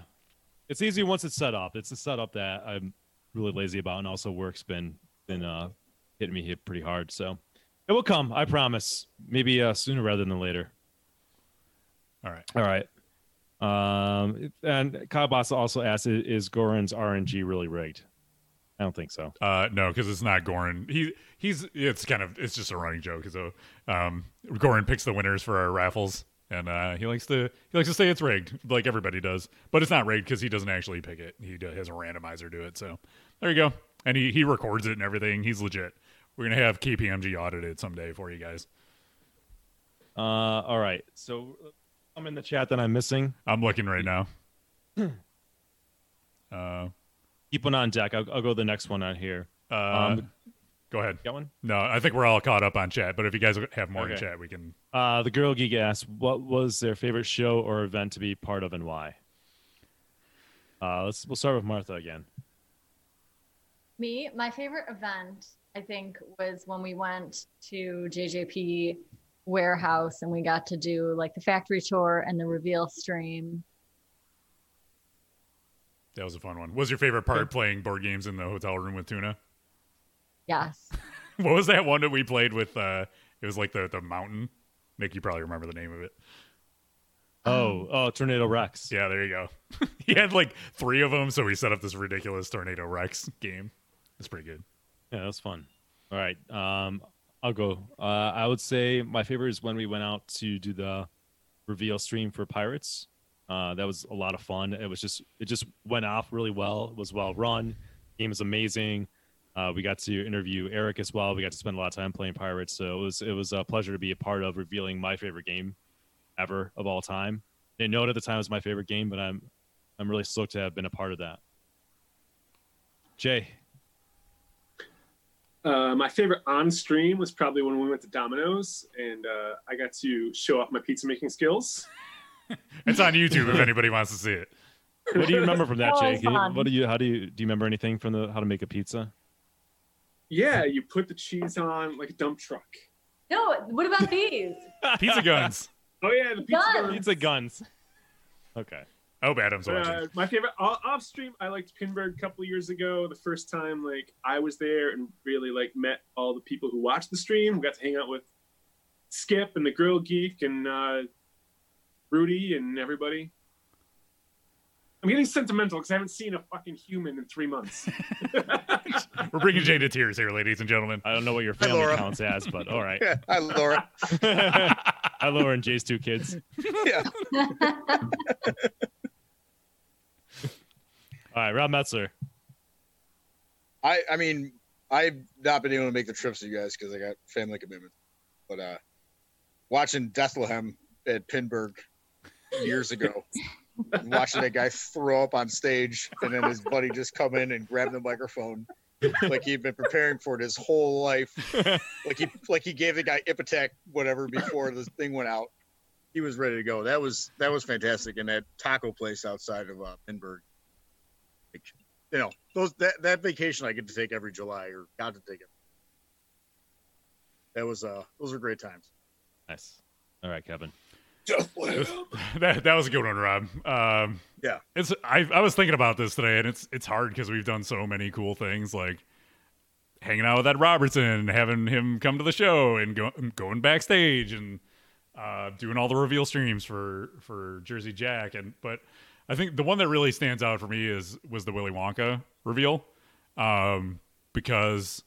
it's easy once it's set up. It's the setup that I'm really lazy about, and also work's been been uh hitting me hit pretty hard. So it will come. I promise. Maybe uh, sooner rather than later. All right. All right. Um, and Kyle Boss also asked, "I- "Is Goran's RNG really rigged?" I don't think so. Uh, no, because it's not Goran. He he's it's kind of it's just a running joke. So um, Goran picks the winners for our raffles, and uh, he likes to he likes to say it's rigged, like everybody does. But it's not rigged because he doesn't actually pick it. He do- has a randomizer do it. So there you go. And he he records it and everything. He's legit. We're gonna have KPMG audited someday for you guys. Uh, all right. So I'm in the chat that I'm missing. I'm looking right now. Uh, Keep one on deck. I'll, I'll go the next one on here. uh, Um, go ahead. Got one. No, I think we're all caught up on chat. But if you guys have more in Okay. chat, we can Uh, the girl geek asked, "What was their favorite show or event to be part of, and why?" Uh, let's we'll start with Martha again. Me, my favorite event, I think, was when we went to JJP warehouse and we got to do like the factory tour and the reveal stream. That was a fun one. What was your favorite part playing board games in the hotel room with Tuna? Yes. What was that one that we played with? Uh, it was like the the mountain. Nick, you probably remember the name of it. Oh, oh, Tornado Rex. Yeah, there you go. he had like three of them, so we set up this ridiculous tornado Rex game. It's pretty good. Yeah, that was fun. All right. Um, I'll go. Uh, I would say my favorite is when we went out to do the reveal stream for Pirates. Uh, that was a lot of fun. It was just it just went off really well. It was well run. Game was amazing. Uh, we got to interview Eric as well. We got to spend a lot of time playing Pirates, so it was it was a pleasure to be a part of revealing my favorite game ever of all time. Didn't know it at the time it was my favorite game, but I'm I'm really stoked to have been a part of that. Jay, Uh, my favorite on stream was probably when we went to Domino's and uh, I got to show off my pizza making skills. It's on YouTube if anybody wants to see it. what do you remember from that, That Jake? was fun. What do you? How do you? Do you remember anything from the how to make a pizza? Yeah, you put the cheese on like a dump truck. No, what about these? Pizza guns. Oh yeah, the pizza. Done. guns. Pizza guns. Okay. I hope Adam's Uh, watching. my favorite o- off stream. I liked Pinbird a couple of years ago. The first time like I was there and really like met all the people who watched the stream. Got to hang out with Skip and the Grill Geek and uh, Rudy and everybody. I'm getting sentimental because I haven't seen a fucking human in three months. We're bringing Jay to tears here, ladies and gentlemen. I don't know what your family Laura. counts as, but all right. Hi, Laura. Hi, Laura and Jay's two kids. yeah. All right, Rob Metzler. I I mean I've not been able to make the trips with you guys because I got family commitments. But uh watching Bethlehem at Pinburg years ago, and watching that guy throw up on stage and then his buddy just come in and grab the microphone like he'd been preparing for it his whole life. Like he like he gave the guy Ipotec whatever before the thing went out. He was ready to go. That was that was fantastic. And that taco place outside of uh, Pinburg you know those that that vacation I get to take every July or got to take it. That was uh those were great times. Nice. All right, Kevin. that that was a good one, Rob. Um, Yeah. it's I I was thinking about this today, and it's it's hard because we've done so many cool things, like hanging out with Ed Robertson, having him come to the show, and go, going backstage, and uh, doing all the reveal streams for for Jersey Jack. And but I think the one that really stands out for me is was the Willy Wonka reveal, um, because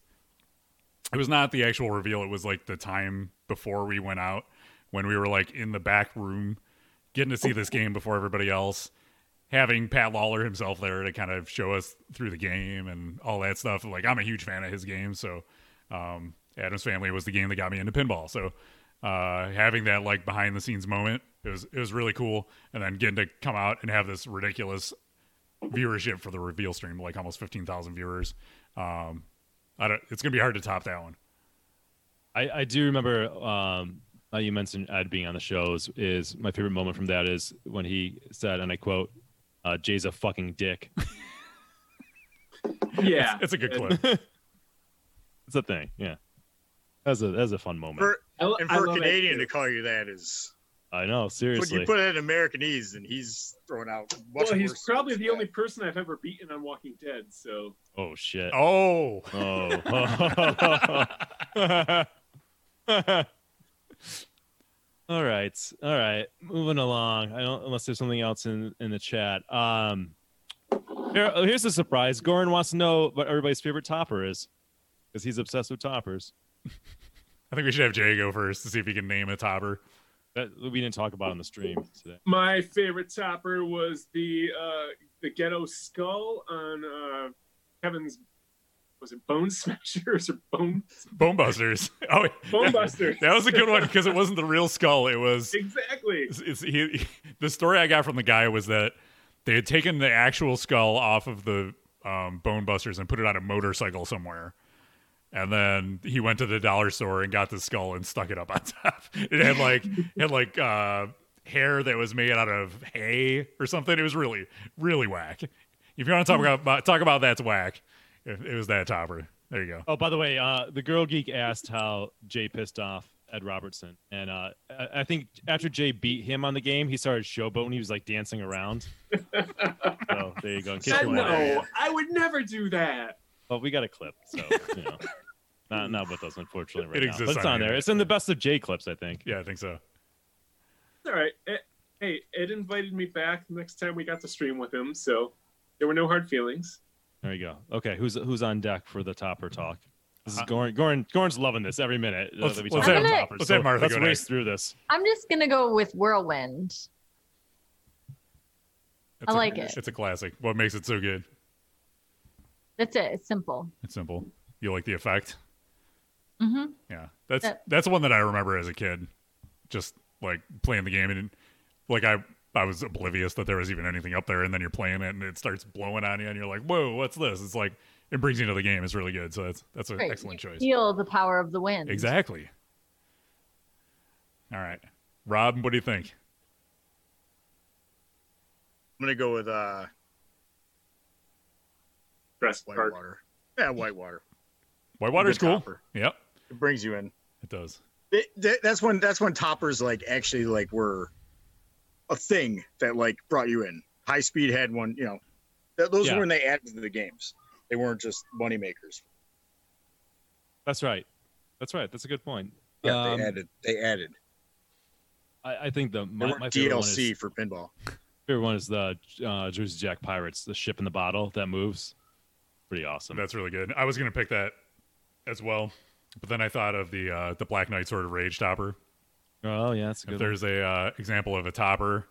it was not the actual reveal. It was like the time before we went out when we were like in the back room getting to see this game before everybody else, having Pat Lawler himself there to kind of show us through the game and all that stuff. Like I'm a huge fan of his game, so um, Adam's Family was the game that got me into pinball. So uh, having that like behind the scenes moment, it was it was really cool. And then getting to come out and have this ridiculous viewership for the reveal stream, like almost fifteen thousand viewers. Um, I don't, it's gonna be hard to top that one. I, I do remember um, uh, you mentioned Ed being on the shows. Is my favorite moment from that is when he said, and I quote, uh, "Jay's a fucking dick." Yeah. It's a good clip. it's a thing. Yeah, that's a that's a fun moment. For, I lo- and I for a love it. Canadian to call you that is I know, when seriously. you put it in Americanese, and he's throwing out. Much well, he's worse probably than the that. only person I've ever beaten on Walking Dead, so oh shit. Oh, Oh. all right. All right. Moving along. I don't unless there's something else in in the chat. Um here- oh, here's the surprise. Goran wants to know what everybody's favorite topper is. Because he's obsessed with toppers. I think we should have Jay go first to see if he can name a topper. That we didn't talk about on the stream today. my favorite topper was the uh, the ghetto skull on uh, Kevin's was it Bone Smashers or Bone Bone Busters. Oh, Bone Busters? that was a good one because it wasn't the real skull. It was exactly. it's, it's, he, the story I got from the guy was that they had taken the actual skull off of the um, Bone Busters and put it on a motorcycle somewhere. And then he went to the dollar store and got the skull and stuck it up on top. It had like had like uh, hair that was made out of hay or something. It was really really whack. If you want to talk about talk about that's whack, it, it was that topper. There you go. Oh, by the way, uh, the girl geek asked how Jay pissed off Ed Robertson, and uh, I, I think after Jay beat him on the game, he started showboating. He was like dancing around. so there you go. In case I you're wondering. know. I would never do that. Well, we got a clip, so you know, not not with us, unfortunately, right It now. But exists it's on on the there. internet. It's in the best of Jay clips, I think. Yeah, I think so. It's all right. Eh, Hey, Ed invited me back the next time we got to stream with him, so there were no hard feelings. There you go. Okay, who's who's on deck for the topper talk? This is Goran. Goran. Goran's loving this every minute. Uh, Let's- that we let's talk have- about toppers. let's have So Martha let's go race next. through this. I'm just gonna go with whirlwind. It's I a- like it. It's a classic. What makes it so good? That's it. It's simple. It's simple. You like the effect. hmm Yeah, that's That- that's one that I remember as a kid, just like playing the game and like I I was oblivious that there was even anything up there, and then you're playing it and it starts blowing on you, and you're like, whoa, what's this? It's like it brings you into the game. It's really good. So that's that's an Right. excellent choice. Feel the power of the wind. Exactly. All right, Rob, what do you think? I'm gonna go with uh, Breast part. Whitewater. Yeah, Whitewater. Whitewater's Good cool. topper. Yep, It brings you in. it does. It, that, that's when that's when toppers like actually like were a thing that like brought you in. High speed had one, you know. That, those Yeah. were when they added to the games. They weren't just money makers. That's right. That's right. That's a good point. Yeah, Um, they added. They added. I, I think the They my, weren't my favorite one DLC is for pinball. Favorite one is the uh, Jersey Jack Pirates, the ship in the bottle that moves. Pretty awesome. That's really good. I was gonna pick that as well, but then I thought of the uh, the Black Knight Sword of Rage topper. oh yeah, that's a If good. one. there's a uh, example of a topper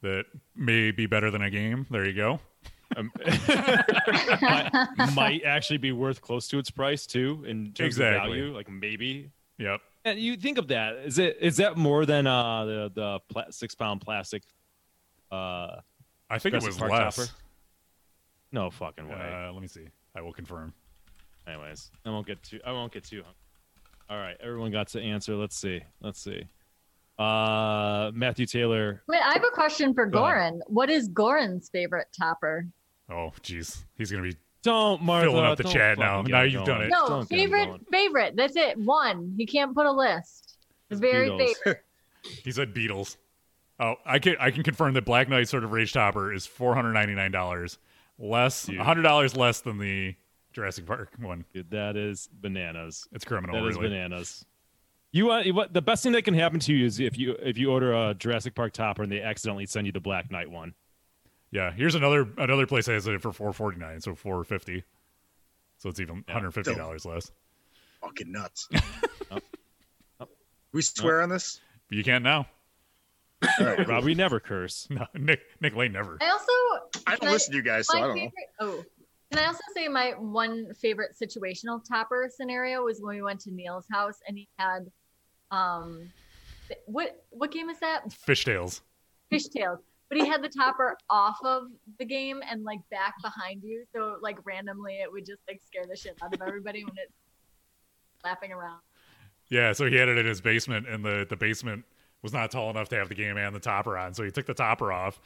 that may be better than a game, there you go. Um, might, might actually be worth close to its price too in terms Exactly. of value, like maybe. Yep. And you think of that is it is that more than uh the the pla- six pound plastic? Uh, I think it Jurassic was Park less. topper? no fucking way. Uh, let me see. I will confirm. Anyways, I won't get too I won't get too hung. All right, everyone got to answer. Let's see. Let's see. Uh, Matthew Taylor. Wait, I have a question for Go ahead. Goran. What is Goran's favorite topper? Oh, jeez, he's gonna be. Don't Martha. Filling up the don't chat now. fucking get Now me you've going. done it. No, Don't get me favorite, going. favorite. That's it. One. He can't put a list. His very Beatles. favorite. He said Beatles. Oh, I can I can confirm that Black Knight Sword of Rage topper is four hundred ninety nine dollars less, Dude. hundred dollars less than the Jurassic Park one. Dude, that is bananas. It's criminal, That is really. bananas. You want what? The best thing that can happen to you is if you if you order a Jurassic Park topper and they accidentally send you the Black Knight one. Yeah, here's another another place that has it for four forty nine, so four fifty. So it's even Yeah. hundred fifty dollars less. Oh. Fucking nuts. we swear on this. But you can't now. All right. Rob, we never curse. No, Nick Nick Lane never. I also I don't I- listen to you guys, so I don't know. favorite, Oh, can I also say my one favorite situational topper scenario was when we went to Neil's house and he had, um, th- what what game is that? Fishtails. Fishtails. But he had the topper off of the game and like back behind you, so like randomly it would just like scare the shit out of everybody when it's flapping around. Yeah, so he had it in his basement, and the, the basement was not tall enough to have the game and the topper on. So he took the topper off,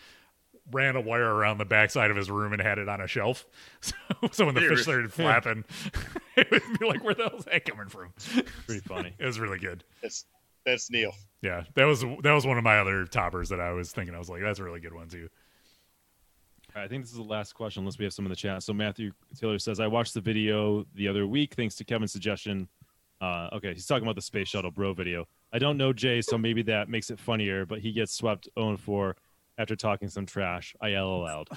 ran a wire around the backside of his room, and had it on a shelf. So, so when the Weird. fish started flapping, it would be like, where the hell's that coming from? Pretty funny. It was really good. That's that's Neil. Yeah, that was that was one of my other toppers that I was thinking. I was like, that's a really good one too. All right, I think this is the last question, unless we have some in the chat. So Matthew Taylor says, "I watched the video the other week, thanks to Kevin's suggestion." Uh, okay, he's talking about the space shuttle bro video. I don't know Jay, so maybe that makes it funnier. But he gets swept 0 4 after talking some trash. I LOL'd.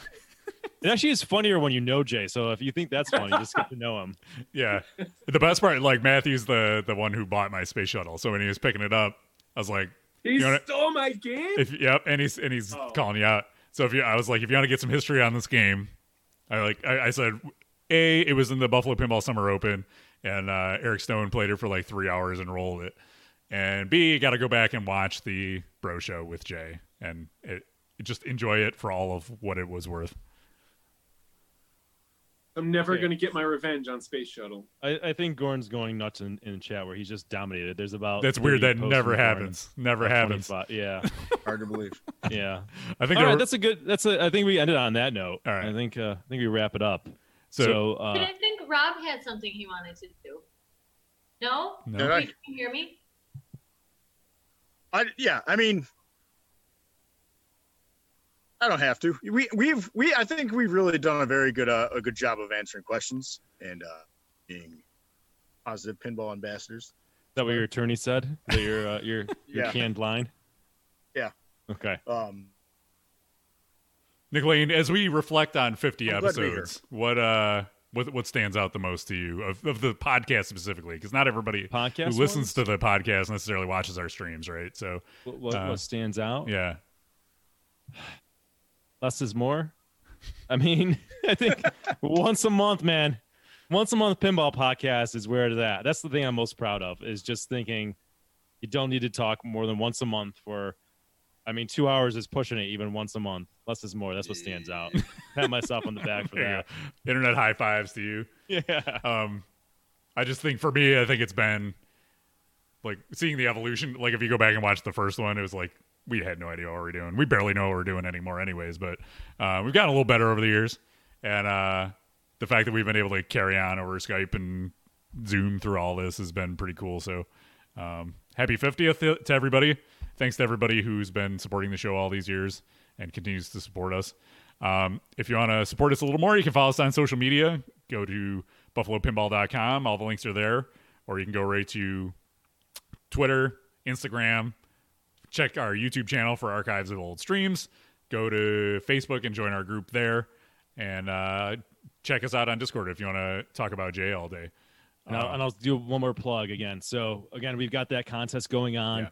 it actually is funnier when you know Jay. So if you think that's funny, just get to know him. Yeah. The best part, like Matthew's the the one who bought my space shuttle. So when he was picking it up, I was like, He You wanna- stole my game. if yep, and he's and he's Oh. calling you out. So if you, I was like, if you want to get some history on this game, I like I, I said, a it was in the Buffalo Pinball Summer Open, and uh, Eric Stone played it for like three hours and rolled it, and b you got to go back and watch the Bro Show with Jay and it, just enjoy it for all of what it was worth. I'm never Okay. gonna get my revenge on space shuttle. I, I think Gorn's going nuts in, in chat where he's just dominated. There's about That's weird. 30 That posts never from Gorn. happens. Never happens. 25 Yeah, Hard to believe. yeah. I think All there right, were- that's a good. That's a. I think we ended on that note. All right. I think. Uh, I think we wrap it up. so. So, uh, but I think Rob had something he wanted to do. No, No. Did I? Wait, can you hear me? I yeah, I mean I don't have to. We we've we I think we've really done a very good uh, a good job of answering questions and uh being positive pinball ambassadors. Is that what your attorney said? That your uh, your your Yeah. canned line? Yeah. Okay. Um Nick Lane, as we reflect on 50 I'm glad to be here. episodes, what uh what what stands out the most to you of, of the podcast specifically? Because not everybody Podcast who listens to the podcast necessarily watches our streams, right? So what, what, uh, what stands out? yeah, Less is more. I mean, I think once a month, man. Once a month pinball podcast is where it's at. That's the thing I'm most proud of is just thinking you don't need to talk more than once a month for I mean, two hours is pushing it even once a month. Less is more. That's what stands out. Pat myself on the back for there you that. go. internet high fives to you. Yeah. Um, I just think for me, I think it's been like seeing the evolution. Like if you go back and watch the first one, it was like we had no idea what we were doing. We barely know what we're doing anymore, anyways. But uh, we've gotten a little better over the years, and uh, the fact that we've been able to carry on over Skype and Zoom through all this has been pretty cool. So um, happy 50th to- to everybody. Thanks to everybody who's been supporting the show all these years and continues to support us. Um, if you want to support us a little more, you can follow us on social media. Go to buffalopinball.com. All the links are there. Or you can go right to Twitter, Instagram. Check our YouTube channel for archives of old streams. Go to Facebook and join our group there. And uh, check us out on Discord if you want to talk about Jay all day. And, I'll, and I'll do one more plug again. So again, we've got that contest going on.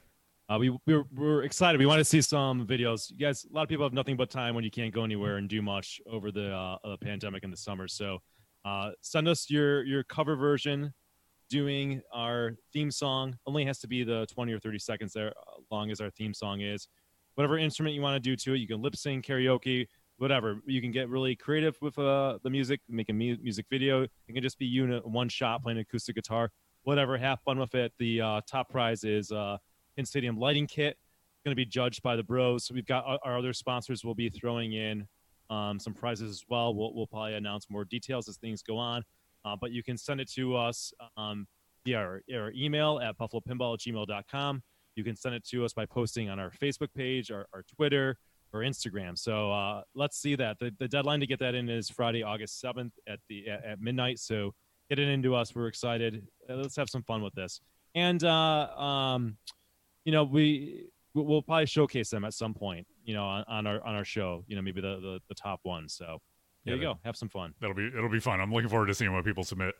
Uh, we we're, we're excited. We want to see some videos. You guys, a lot of people have nothing but time when you can't go anywhere and do much over the uh, uh, pandemic in the summer. So uh, send us your your cover version doing our theme song. Only has to be the twenty or thirty seconds there, uh, long as our theme song is. Whatever instrument you want to do to it, you can lip sync, karaoke, whatever. You can get really creative with uh, the music, make a mu- music video. It can just be you in a- one shot playing acoustic guitar, whatever. Have fun with it. The uh, top prize is uh, in stadium lighting kit. Going to be judged by the bros. We've got uh, our, our other sponsors. Will be throwing in um, some prizes as well. We'll, we'll probably announce more details as things go on. Uh, but you can send it to us um, via our, our email at buffalopinball at gmail.com. You can send it to us by posting on our Facebook page, our, our Twitter, or Instagram. So uh, let's see that. The, the deadline to get that in is Friday, August 7th at the at, at midnight. So get it into us. We're excited. Uh, let's have some fun with this. And, uh, um, you know, we we- we'll probably showcase them at some point, you know, on, on our on our show, you know, maybe the, the, the top one. So Yeah, there you that- go. Have some fun. That'll be it'll be fun. I'm looking forward to seeing what people submit.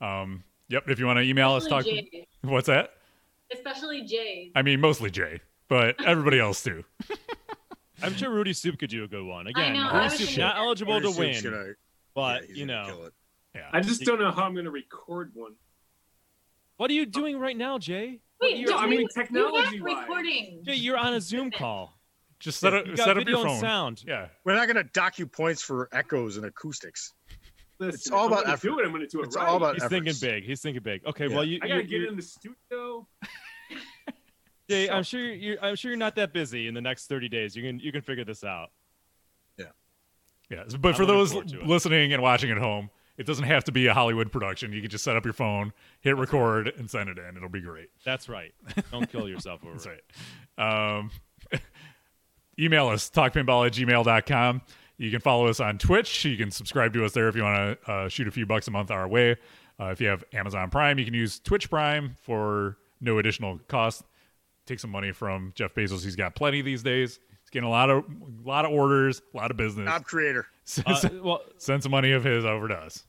Um, yep. If you want to email us, talk. Especially Jay. What's that? Especially Jay. I mean, mostly Jay. but everybody else do. I'm sure Rudy Soup could do a good one. Again, know, I Rudy was Soup thinking- not eligible Rudy to Soup's win, gonna- but yeah, he's you gonna know, kill it. I just don't know how I'm going to record one. what are you doing right now, Jay? What Wait, you're- I don't mean, we, technology-wise. we have recording. Jay, you're on a Zoom call. Just set up You got set up video your and phone. sound. Yeah. We're not gonna dock you points for echoes and acoustics. Listen, It's all if I'm about gonna Do effort. it. I'm going to do it It's right. all about He's efforts. thinking big. He's thinking big. Okay, well, you, I got to you- get you- in the studio. Jay, I'm sure you're. I'm sure you're not that busy in the next 30 days. You can you can figure this out. Yeah. So- But I'm for looking those forward to it. listening and watching at home, it doesn't have to be a Hollywood production. You can just set up your phone, hit record, and send it in. It'll be great. That's right. Don't kill yourself over That's it. right. Um, email us, talkpinball at gmail.com. You can follow us on Twitch. You can subscribe to us there if you want to uh, shoot a few bucks a month our way. Uh, if you have Amazon Prime, you can use Twitch Prime for no additional cost. Take some money from Jeff Bezos. He's got plenty these days. He's getting a lot of a lot of orders, a lot of business. Top creator. Uh, well, Send some money of his over to us.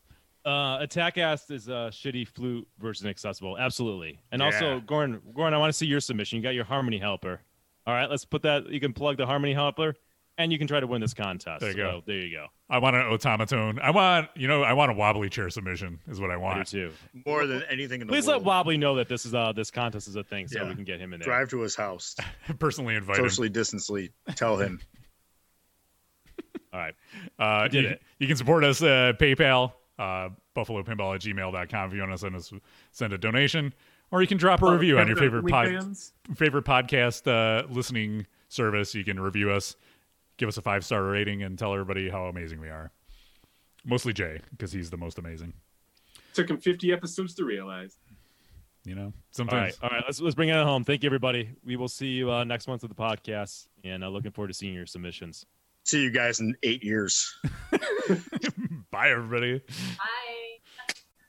uh, Attack Asked is a shitty flute version accessible. Absolutely. And also, Yeah. Goran, Goran, I want to see your submission. You got your harmony helper. All right, let's put that. You can plug the harmony helper, and you can try to win this contest. There you go. So, there you go. I want an automaton. I want you know I want a wobbly chair submission is what I I do want. too. More than anything in the Please world. let Wobbly know that this is uh this contest is a thing, so Yeah. we can get him in there. Drive to his house. Personally invite him. Socially distantly. Tell him. All right. Uh, did you, it. you can support us uh, PayPal, uh, buffalopinball at gmail.com if you want to send us send a donation, or you can drop Uh, a review on your favorite pod, Weekends. favorite podcast uh, listening service. You can review us, give us a five star rating, and tell everybody how amazing we are. Mostly Jay because he's the most amazing. Took him 50 episodes to realize. You know, All right. sometimes All right. Let's let's bring it home. Thank you, everybody. We will see you uh, next month at the podcast, and uh, looking forward to seeing your submissions. See you guys in eight years. bye everybody. Bye.